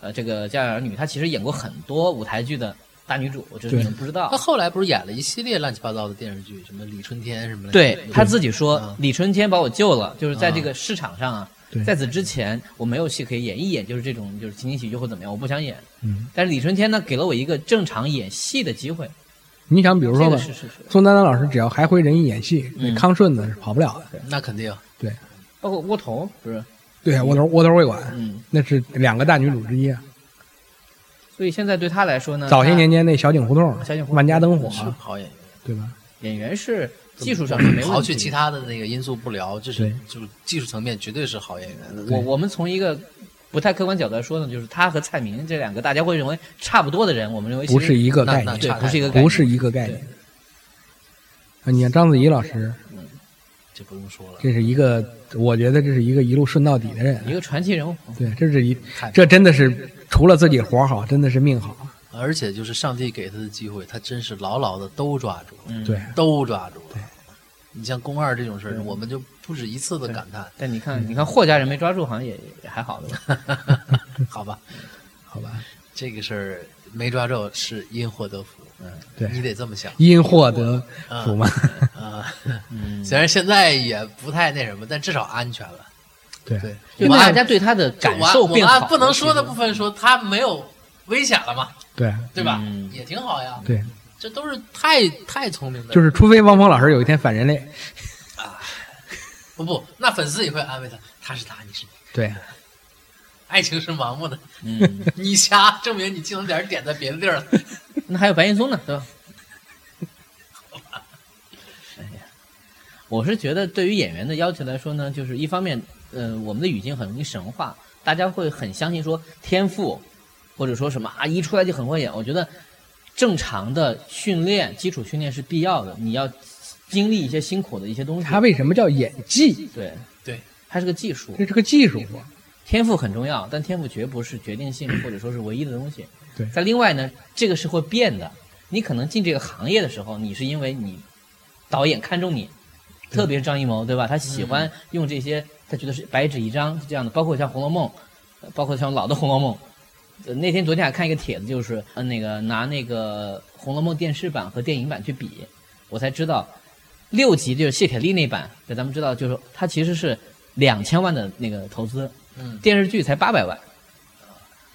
[SPEAKER 3] 呃这个家有儿女，她其实演过很多舞台剧的大女主，只是你们不知道
[SPEAKER 1] 他。后来不是演了一系列乱七八糟的电视剧，什么李春天什么的。
[SPEAKER 3] 对
[SPEAKER 1] 吧
[SPEAKER 3] 他自己说
[SPEAKER 1] 啊，
[SPEAKER 3] 李春天把我救了，就是在
[SPEAKER 1] 啊
[SPEAKER 3] 这个市场上啊
[SPEAKER 4] 嗯对，
[SPEAKER 3] 在此之前我没有戏可以演，一演就是这种就是情景喜剧或怎么样，我不想演。
[SPEAKER 4] 嗯，
[SPEAKER 3] 但是李春天呢，给了我一个正常演戏的机会。
[SPEAKER 4] 你想，比如说
[SPEAKER 3] 这
[SPEAKER 4] 吧
[SPEAKER 3] 个，是是是，
[SPEAKER 4] 宋丹丹老师只要还回仁义演戏，那
[SPEAKER 3] 嗯
[SPEAKER 4] 康顺呢是跑不了的。
[SPEAKER 1] 那肯定
[SPEAKER 3] 包括窝头不是，
[SPEAKER 4] 对，啊窝头窝头会馆，
[SPEAKER 3] 嗯，
[SPEAKER 4] 那是两个大女主之一啊。
[SPEAKER 3] 所以现在对他来说呢，
[SPEAKER 4] 早些
[SPEAKER 3] 他
[SPEAKER 4] 年间那小井胡同、
[SPEAKER 3] 嗯小井胡同
[SPEAKER 4] 万家灯火，
[SPEAKER 1] 是好演员。
[SPEAKER 4] 对吧？
[SPEAKER 3] 演员是技术上是没问
[SPEAKER 1] 刨
[SPEAKER 3] 题
[SPEAKER 1] 去
[SPEAKER 3] 的
[SPEAKER 1] 其他的那个因素不聊，这
[SPEAKER 4] 对
[SPEAKER 1] 是就是技术层面绝对是好演员的。
[SPEAKER 3] 我我们从一个不太客观角度来说呢，就是他和蔡明这两个大家会认为差不多的人，我们认哎为其
[SPEAKER 4] 不
[SPEAKER 3] 实
[SPEAKER 4] 是一个概
[SPEAKER 1] 那那
[SPEAKER 4] 念，
[SPEAKER 3] 对，不是一个概念
[SPEAKER 4] 不是一个概念。啊，你看章子怡老师，
[SPEAKER 1] 这不用说了，
[SPEAKER 4] 这是一个，我觉得这是一个一路顺到底的人。
[SPEAKER 3] 一个传奇人物。
[SPEAKER 4] 对，这是一，
[SPEAKER 1] 太
[SPEAKER 4] 这真的是除了自己活好，真的是命好。
[SPEAKER 1] 而且就是上帝给他的机会，他真是牢牢的都抓住了，
[SPEAKER 3] 嗯
[SPEAKER 4] 对，
[SPEAKER 1] 都抓住了。你像宫二这种事儿，我们就不止一次的感叹，
[SPEAKER 3] 但你看，你看霍家人没抓住，好像也也还好的吧。
[SPEAKER 1] 好吧，
[SPEAKER 4] 好吧，
[SPEAKER 1] 这个事儿没抓住是因祸得福，嗯，
[SPEAKER 4] 对
[SPEAKER 1] 你得 这么想
[SPEAKER 4] 因祸得福嘛。
[SPEAKER 1] 啊。
[SPEAKER 3] 嗯，
[SPEAKER 1] 虽然现在也不太那什么，但至少安全了。
[SPEAKER 4] 对，
[SPEAKER 1] 对，
[SPEAKER 3] 就
[SPEAKER 1] 我
[SPEAKER 3] 大
[SPEAKER 1] 按
[SPEAKER 3] 家对他的感
[SPEAKER 1] 我按
[SPEAKER 3] 受
[SPEAKER 1] 我
[SPEAKER 3] 变好
[SPEAKER 1] 按
[SPEAKER 3] 了。
[SPEAKER 1] 不能说的
[SPEAKER 3] 其
[SPEAKER 1] 部分说，他没有危险了嘛，
[SPEAKER 4] 对，
[SPEAKER 1] 对吧？
[SPEAKER 3] 嗯
[SPEAKER 1] 也挺好呀，
[SPEAKER 4] 对，
[SPEAKER 1] 这都是太太聪明的人，
[SPEAKER 4] 就是除非汪峰老师有一天反人类，
[SPEAKER 1] 不不，那粉丝也会安慰他，他是他，你是你，
[SPEAKER 4] 对，
[SPEAKER 1] 爱情是盲目的，
[SPEAKER 3] 实，嗯，
[SPEAKER 1] 你瞎，证明你技能点儿点在别的地儿了。
[SPEAKER 3] 那还有白岩松呢，对 吧？哎呀，我是觉得对于演员的要求来说呢，就是一方面，呃，我们的语境很容易神话，大家会很相信说天赋，或者说什么啊，一出来就很会演。我觉得正常的训练、基础训练是必要的，你要经历一些辛苦的一些东西。
[SPEAKER 4] 他为什么叫演技？
[SPEAKER 3] 对
[SPEAKER 1] 对，
[SPEAKER 3] 它是个技术，
[SPEAKER 4] 这是个技术活。
[SPEAKER 3] 天赋很重要，但天赋绝不是决定性或者说是唯一的东西。
[SPEAKER 4] 对
[SPEAKER 3] 在另外呢，这个是会变的。你可能进这个行业的时候，你是因为你导演看中你，特别是张艺谋，对吧？他喜欢用这些，他觉得是白纸一张是这样的，包括像《红楼梦》，呃包括像老的《红楼梦》呃。那天昨天还看一个帖子，就是呃那个拿那个《红楼梦》电视版和电影版去比，我才知道六集就是谢铁骊那版，对，咱们知道就是它其实是两千万的那个投资，
[SPEAKER 1] 嗯，
[SPEAKER 3] 电视剧才八百万，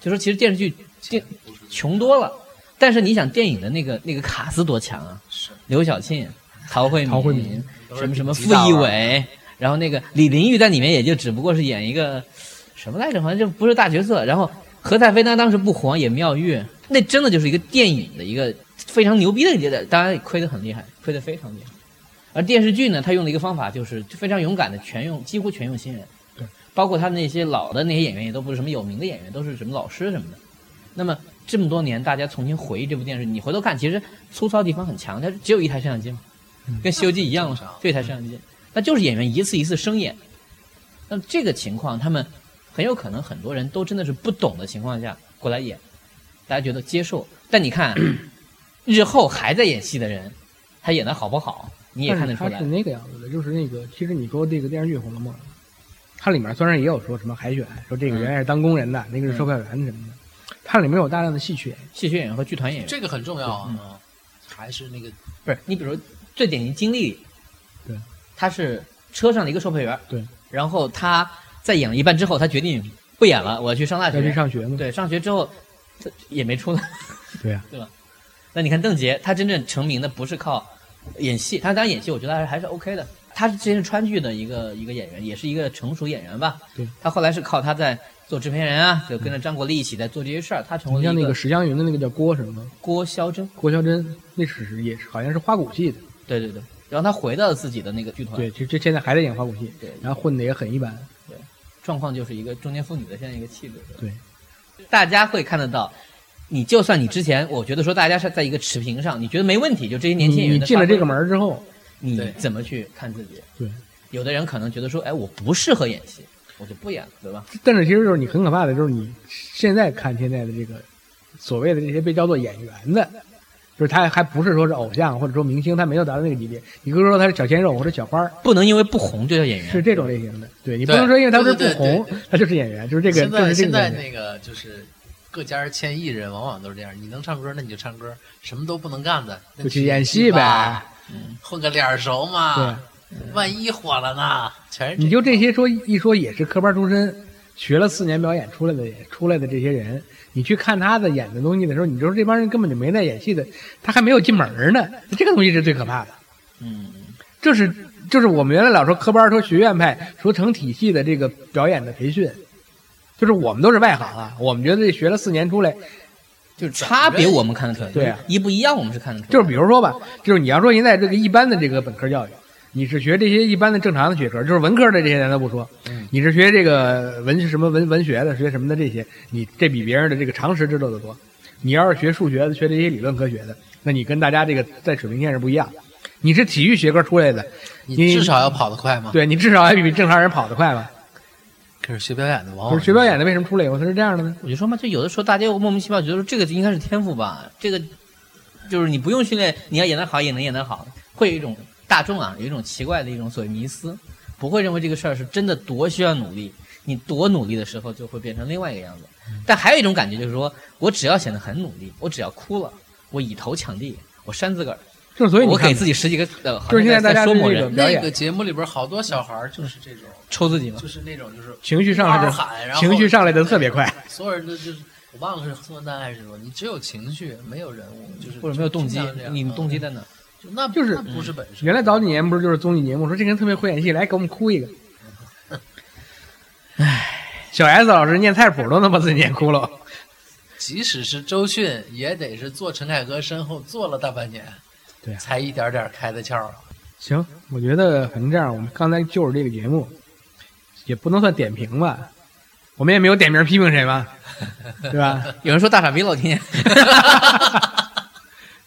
[SPEAKER 3] 就说其实电视剧电穷多了，但是你想电影的那个那个卡司多强啊，
[SPEAKER 1] 是
[SPEAKER 3] 刘晓庆、陶慧敏、
[SPEAKER 4] 陶慧敏
[SPEAKER 3] 什么什么
[SPEAKER 1] 都是
[SPEAKER 3] 傅
[SPEAKER 1] 顶级大
[SPEAKER 3] 艺
[SPEAKER 1] 腕
[SPEAKER 3] 伟，然后那个李玲玉在里面也就只不过是演一个什么来着，好像就不是大角色。然后何太妃呢，当时不红演妙玉，那真的就是一个电影的一个非常牛逼的一个，当然也亏得很厉害，亏得非常厉害。而电视剧呢，他用的一个方法就是非常勇敢的全用，几乎全用新人，
[SPEAKER 4] 对，
[SPEAKER 3] 包括他那些老的那些演员也都不是什么有名的演员，都是什么老师什么的。那么这么多年，大家重新回忆这部电视，你回头看，其实粗糙地方很强，它只有一台摄像机嘛，跟《西游记》一样
[SPEAKER 1] 正
[SPEAKER 3] 嘛
[SPEAKER 1] 常，
[SPEAKER 3] 就一台摄像机，那就是演员一次一次生演。那么这个情况，他们很有可能很多人都真的是不懂的情况下过来演，大家觉得接受。但你看，日后还在演戏的人，他演的好不好，你也看得出
[SPEAKER 4] 但是
[SPEAKER 3] 来
[SPEAKER 4] 嗯它是。那个样子的，就是那个，其实你说这个电视剧《红楼梦》，它里面虽然也有说什么海选，说这个
[SPEAKER 3] 嗯
[SPEAKER 4] 原来是当工人的，那个是售票员什么的，它里面有大量的戏曲演员。
[SPEAKER 3] 戏曲演员和剧团演员，
[SPEAKER 1] 这个很重要啊。嗯还是那个
[SPEAKER 3] 不是你比如说最典型经历，
[SPEAKER 4] 对，
[SPEAKER 3] 他是车上的一个售票员，
[SPEAKER 4] 对，
[SPEAKER 3] 然后他在演了一半之后，他决定不演了，我要去上大
[SPEAKER 4] 要去
[SPEAKER 3] 学，
[SPEAKER 4] 上学嘛？
[SPEAKER 3] 对，上学之后他也没出来，
[SPEAKER 4] 对啊，
[SPEAKER 3] 对吧？那你看邓婕，她真正成名的不是靠演戏，她当然演戏，我觉得还是还是 OK 的。她之前是川剧的一个一个演员，也是一个成熟演员吧。
[SPEAKER 4] 对，
[SPEAKER 3] 她后来是靠她在做制片人啊，就跟着张国立一起在做这些事儿，她成为
[SPEAKER 4] 你
[SPEAKER 3] 了
[SPEAKER 4] 像
[SPEAKER 3] 一
[SPEAKER 4] 那
[SPEAKER 3] 个
[SPEAKER 4] 个石湘云的那个叫郭什么
[SPEAKER 3] 郭霄珍。
[SPEAKER 4] 郭霄珍，那是也是好像是花鼓戏的，
[SPEAKER 3] 对对对，然后她回到了自己的那个剧团，
[SPEAKER 4] 对，就这现在还在演花鼓戏，
[SPEAKER 3] 对
[SPEAKER 4] 然后混的也很一般，
[SPEAKER 3] 状况就是一个中年妇女的这样一个气质。
[SPEAKER 4] 对，
[SPEAKER 3] 大家会看得到，你就算你之前，我觉得说大家是在一个持平上，你觉得没问题，就这些年轻
[SPEAKER 4] 你
[SPEAKER 3] 演员
[SPEAKER 4] 你
[SPEAKER 3] 的
[SPEAKER 4] 进了
[SPEAKER 3] 发挥
[SPEAKER 4] 这个门，儿之后，
[SPEAKER 3] 你
[SPEAKER 1] 对
[SPEAKER 3] 怎么去看自己？
[SPEAKER 4] 对，
[SPEAKER 3] 有的人可能觉得说，哎，我不适合演戏，我就不演了，对吧？
[SPEAKER 4] 但是其实就是你很可怕的，就是你现在看现在的这个所谓的这些被叫做演员的，就是他还不是说是偶像或者说明星，他没有达到那个级别。你比如说他是小鲜肉或者小花儿，
[SPEAKER 3] 不能因为不红就叫演员。
[SPEAKER 4] 是这种类型的。对你不
[SPEAKER 1] 对
[SPEAKER 4] 能说因为他是不
[SPEAKER 1] 对对对
[SPEAKER 4] 红
[SPEAKER 1] 对对，
[SPEAKER 4] 他就是演员，就是这个
[SPEAKER 1] 现
[SPEAKER 4] 就
[SPEAKER 1] 在
[SPEAKER 4] 是这
[SPEAKER 1] 现
[SPEAKER 4] 个概
[SPEAKER 1] 在
[SPEAKER 4] 念。
[SPEAKER 1] 那个就是各家签艺人，往往都是这样。你能唱歌，那你就唱歌；什么都不能干的，那
[SPEAKER 4] 就去
[SPEAKER 1] 去
[SPEAKER 4] 演戏
[SPEAKER 1] 吧
[SPEAKER 4] 呗，
[SPEAKER 1] 混个脸熟嘛。万一火了呢？全是
[SPEAKER 4] 你就这些说一说也是科班出身，学了四年表演出来的出来的这些人，你去看他的演的东西的时候，你就说这帮人根本就没在演戏的，他还没有进门儿呢，这个东西是最可怕的。
[SPEAKER 3] 嗯，
[SPEAKER 4] 这是就是我们原来老说科班儿说学院派说成体系的这个表演的培训，就是我们都是外行啊，我们觉得这学了四年出来，
[SPEAKER 3] 就是差别我们看得出来，
[SPEAKER 4] 对啊
[SPEAKER 3] 一不一样我们是看得出来。
[SPEAKER 4] 就是比如说吧，就是你要说现在这个一般的这个本科教育，你是学这些一般的正常的学科，就是文科的这些咱都不说，
[SPEAKER 1] 嗯
[SPEAKER 4] 你是学这个文什么文文学的，学什么的这些，你这比别人的这个常识知道的多。你要是学数学的，学这些理论科学的，那你跟大家这个在水平线上不一样。你是体育学科出来的，
[SPEAKER 1] 你
[SPEAKER 4] 你
[SPEAKER 1] 至少要跑得快嘛。
[SPEAKER 4] 对你至少还比正常人跑得快吧？
[SPEAKER 1] 可是学表演的往
[SPEAKER 4] 可
[SPEAKER 1] 往
[SPEAKER 4] 是学表演的为什么出来以后他是这样的呢？
[SPEAKER 3] 我就说嘛，就有的时候大家又莫名其妙觉得说这个应该是天赋吧，这个就是你不用训练，你要演得好也能演得好，会有一种大众啊，有一种奇怪的一种所谓迷思，不会认为这个事儿是真的多需要努力，你多努力的时候就会变成另外一个样子。
[SPEAKER 4] 嗯
[SPEAKER 3] 但还有一种感觉就是说我只要显得很努力，我只要哭了，我以头抢地，我扇自个儿，
[SPEAKER 4] 就是所以你
[SPEAKER 3] 我
[SPEAKER 4] 看
[SPEAKER 3] 给自己十几个呃，好像
[SPEAKER 4] 就是现在大家
[SPEAKER 3] 说某
[SPEAKER 4] 是那
[SPEAKER 3] 人
[SPEAKER 4] 种表
[SPEAKER 1] 那
[SPEAKER 4] 演
[SPEAKER 1] 个节目里边好多小孩儿就是这种，
[SPEAKER 3] 抽自己嘛，
[SPEAKER 1] 就是那种就是
[SPEAKER 4] 情绪上来
[SPEAKER 1] 嗷喊然
[SPEAKER 4] 的
[SPEAKER 1] 后
[SPEAKER 4] 情绪上来的特别快，
[SPEAKER 1] 所有人都就是我忘了是宋丹丹还是什么，你只有情绪没有人物，就是
[SPEAKER 3] 或者没有动机
[SPEAKER 1] 经常这，样
[SPEAKER 4] 啊
[SPEAKER 1] 啊
[SPEAKER 3] 你动机在哪？
[SPEAKER 1] 就那
[SPEAKER 4] 就是
[SPEAKER 1] 那不是本事。
[SPEAKER 4] 原来早几年不是就是综艺节目说这个人特别会演戏，来给我们哭一个。唉，小 S 老师念菜谱都能把自己念哭了。
[SPEAKER 1] 即使是周迅，也得是坐陈凯歌身后坐了大半年，
[SPEAKER 4] 对啊
[SPEAKER 1] 才一点点开的窍啊。
[SPEAKER 4] 行，我觉得反正这样，我们刚才就是这个节目，也不能算点评吧，我们也没有点名批评谁嘛，对吧？
[SPEAKER 3] 有人说大傻逼老天爷，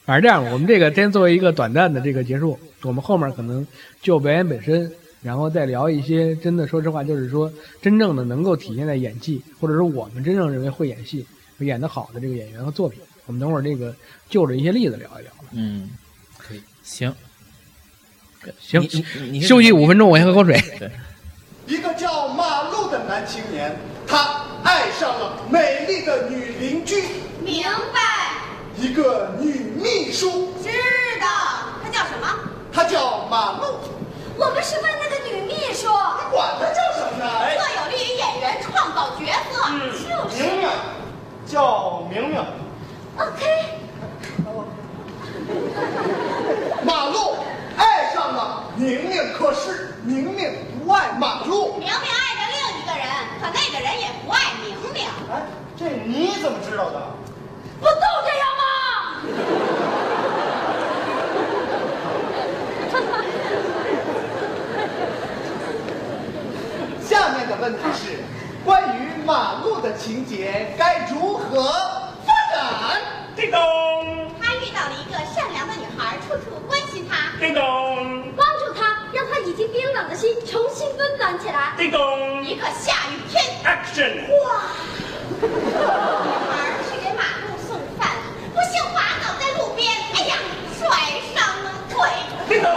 [SPEAKER 4] 反正这样，我们这个先作为一个短暂的这个结束，我们后面可能就表演本身，然后再聊一些真的，说实话，就是说真正的能够体现在演技，或者说我们真正认为会演戏、会演得好的这个演员和作品，我们等会儿这个就着一些例子聊一聊。
[SPEAKER 3] 嗯，可以，行，
[SPEAKER 4] 行
[SPEAKER 3] 你你你你是
[SPEAKER 4] 休息五分钟，我先喝口水。
[SPEAKER 3] 对，
[SPEAKER 5] 一个叫马路的男青年，他爱上了美丽的女邻居，
[SPEAKER 6] 明白，
[SPEAKER 5] 一个女秘书，
[SPEAKER 6] 知道。她叫什么？
[SPEAKER 5] 她叫马路。
[SPEAKER 6] 我们是问那个女秘书，
[SPEAKER 5] 管她叫什么呢？哎
[SPEAKER 6] 这有利于演员创造角色。
[SPEAKER 5] 嗯
[SPEAKER 6] 嗯就是。嗯
[SPEAKER 5] 明明，叫明明。
[SPEAKER 6] OK，
[SPEAKER 5] 马路爱上了明明，可是明明不爱马路。
[SPEAKER 6] 明明爱着另一个人，可那个人也不爱明明，
[SPEAKER 5] 哎，这你怎么知道的？
[SPEAKER 6] 不都这样吗？
[SPEAKER 5] 下面的问题是，关于马路的情节该如何发展？
[SPEAKER 7] 叮咚，
[SPEAKER 6] 他遇到了一个善良的女孩，处处关心他，
[SPEAKER 7] 叮咚，
[SPEAKER 6] 帮助他，让他已经冰冷的心重新温暖起来。
[SPEAKER 7] 叮咚
[SPEAKER 6] 一个下雨天，
[SPEAKER 7] ，Action！
[SPEAKER 6] 哇！女孩去给马路送饭，不幸滑倒在路边，哎呀，摔伤了腿。
[SPEAKER 7] 叮咚，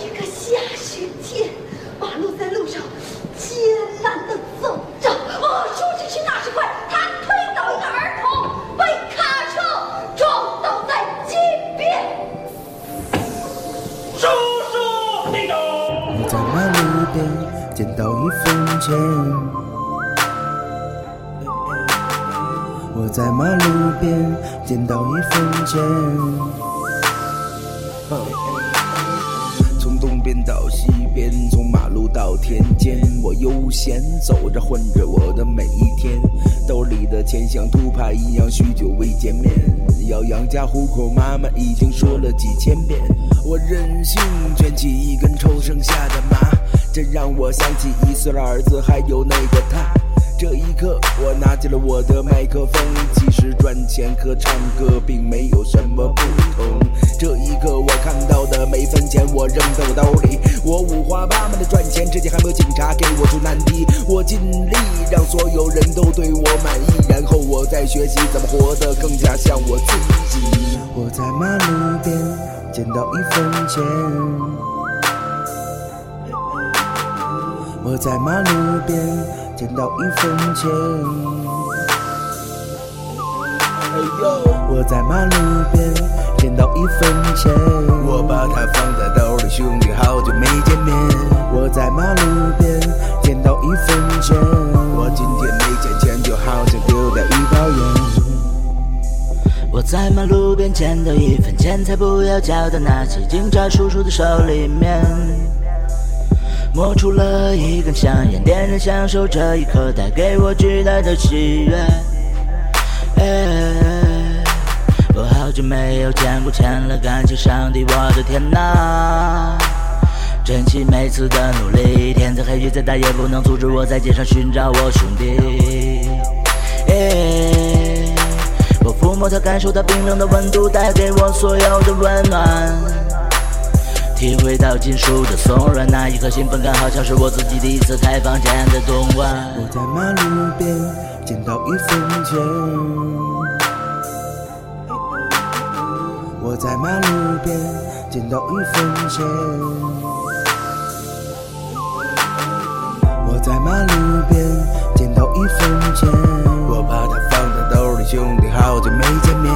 [SPEAKER 6] 一个下雪天，马路在路上艰难的走着，哦，出去是大石块，他推倒一个儿童，被卡车撞倒在街边。
[SPEAKER 7] 叔叔，叮咚，
[SPEAKER 8] 在马路边捡到一分钱，我在马路边捡到一分钱。从东边到西边，从马路到田间，我悠闲走着，混着我的每一天。兜里的钱像兔牌一样，许久未见面。要养家糊口，妈妈已经说了几千遍。我任性卷起一根抽剩下的麻，这让我想起一岁的儿子，还有那个他。这一刻，我拿起了我的麦克风。其实赚钱和唱歌并没有什么不同。这一刻，我看到的每分钱我扔到兜里。我五花八门的赚钱，至今还没有警察给我出难题。我尽力让所有人都对我满意，然后我再学习怎么活得更加像我自己。我在马路边捡到一分钱。我在马路边捡到一分钱。我在马路边捡到一分钱，我把它放在兜里，兄弟好久没见面。我在马路边捡到一分钱，我今天没钱钱就好像丢掉一包烟。
[SPEAKER 9] 我在马路边捡到一分钱，才不要交到那些警察叔叔的手里面。摸出了一根香烟，点燃享受这一刻带给我巨大的喜悦。哎，我好久没有见过钱了，感谢上帝，我的天哪！珍惜每次的努力，天在黑雨再大也不能阻止我在街上寻找我兄弟。哎，我抚摸它，感受它冰冷的温度，带给我所有的温暖。体会到金属的松软，那一刻兴奋感好像是我自己第一次开房间的动漫。
[SPEAKER 8] 我在马路边捡到一分钱。我在马路边捡到一分钱。我在马路边捡到一分钱。我把它放在兜里，兄弟好久没见面。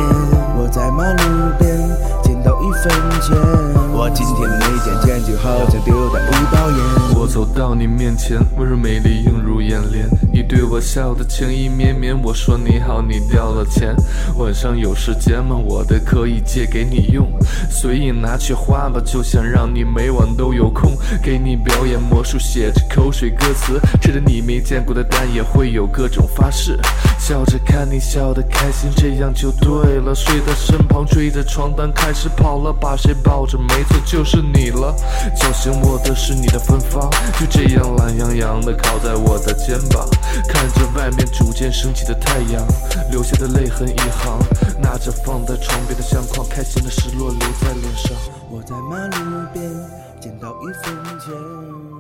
[SPEAKER 8] 我在马路边捡到一分钱。我今天没捡钱，就好像丢掉一包烟。
[SPEAKER 10] 我走到你面前，温柔美丽映入眼帘，你对我笑得情意绵绵。我说你好，你掉了钱，晚上有时间吗？我的可以借给你用，随意拿去花吧，就想让你每晚都有空。给你表演魔术，写着口水歌词，吃着你没见过的蛋，也会有各种发誓。笑着看你笑得开心，这样就对了。睡在身旁，追着床单开始跑了，把谁抱着？没错，就是你了。叫醒我的是你的芬芳，就这样懒洋洋的靠在我的肩膀，看着外面逐渐升起的太阳，留下的泪痕一行，拿着放在床边的相框，开心的失落留在脸上。
[SPEAKER 8] 我在马路边捡到一分钱。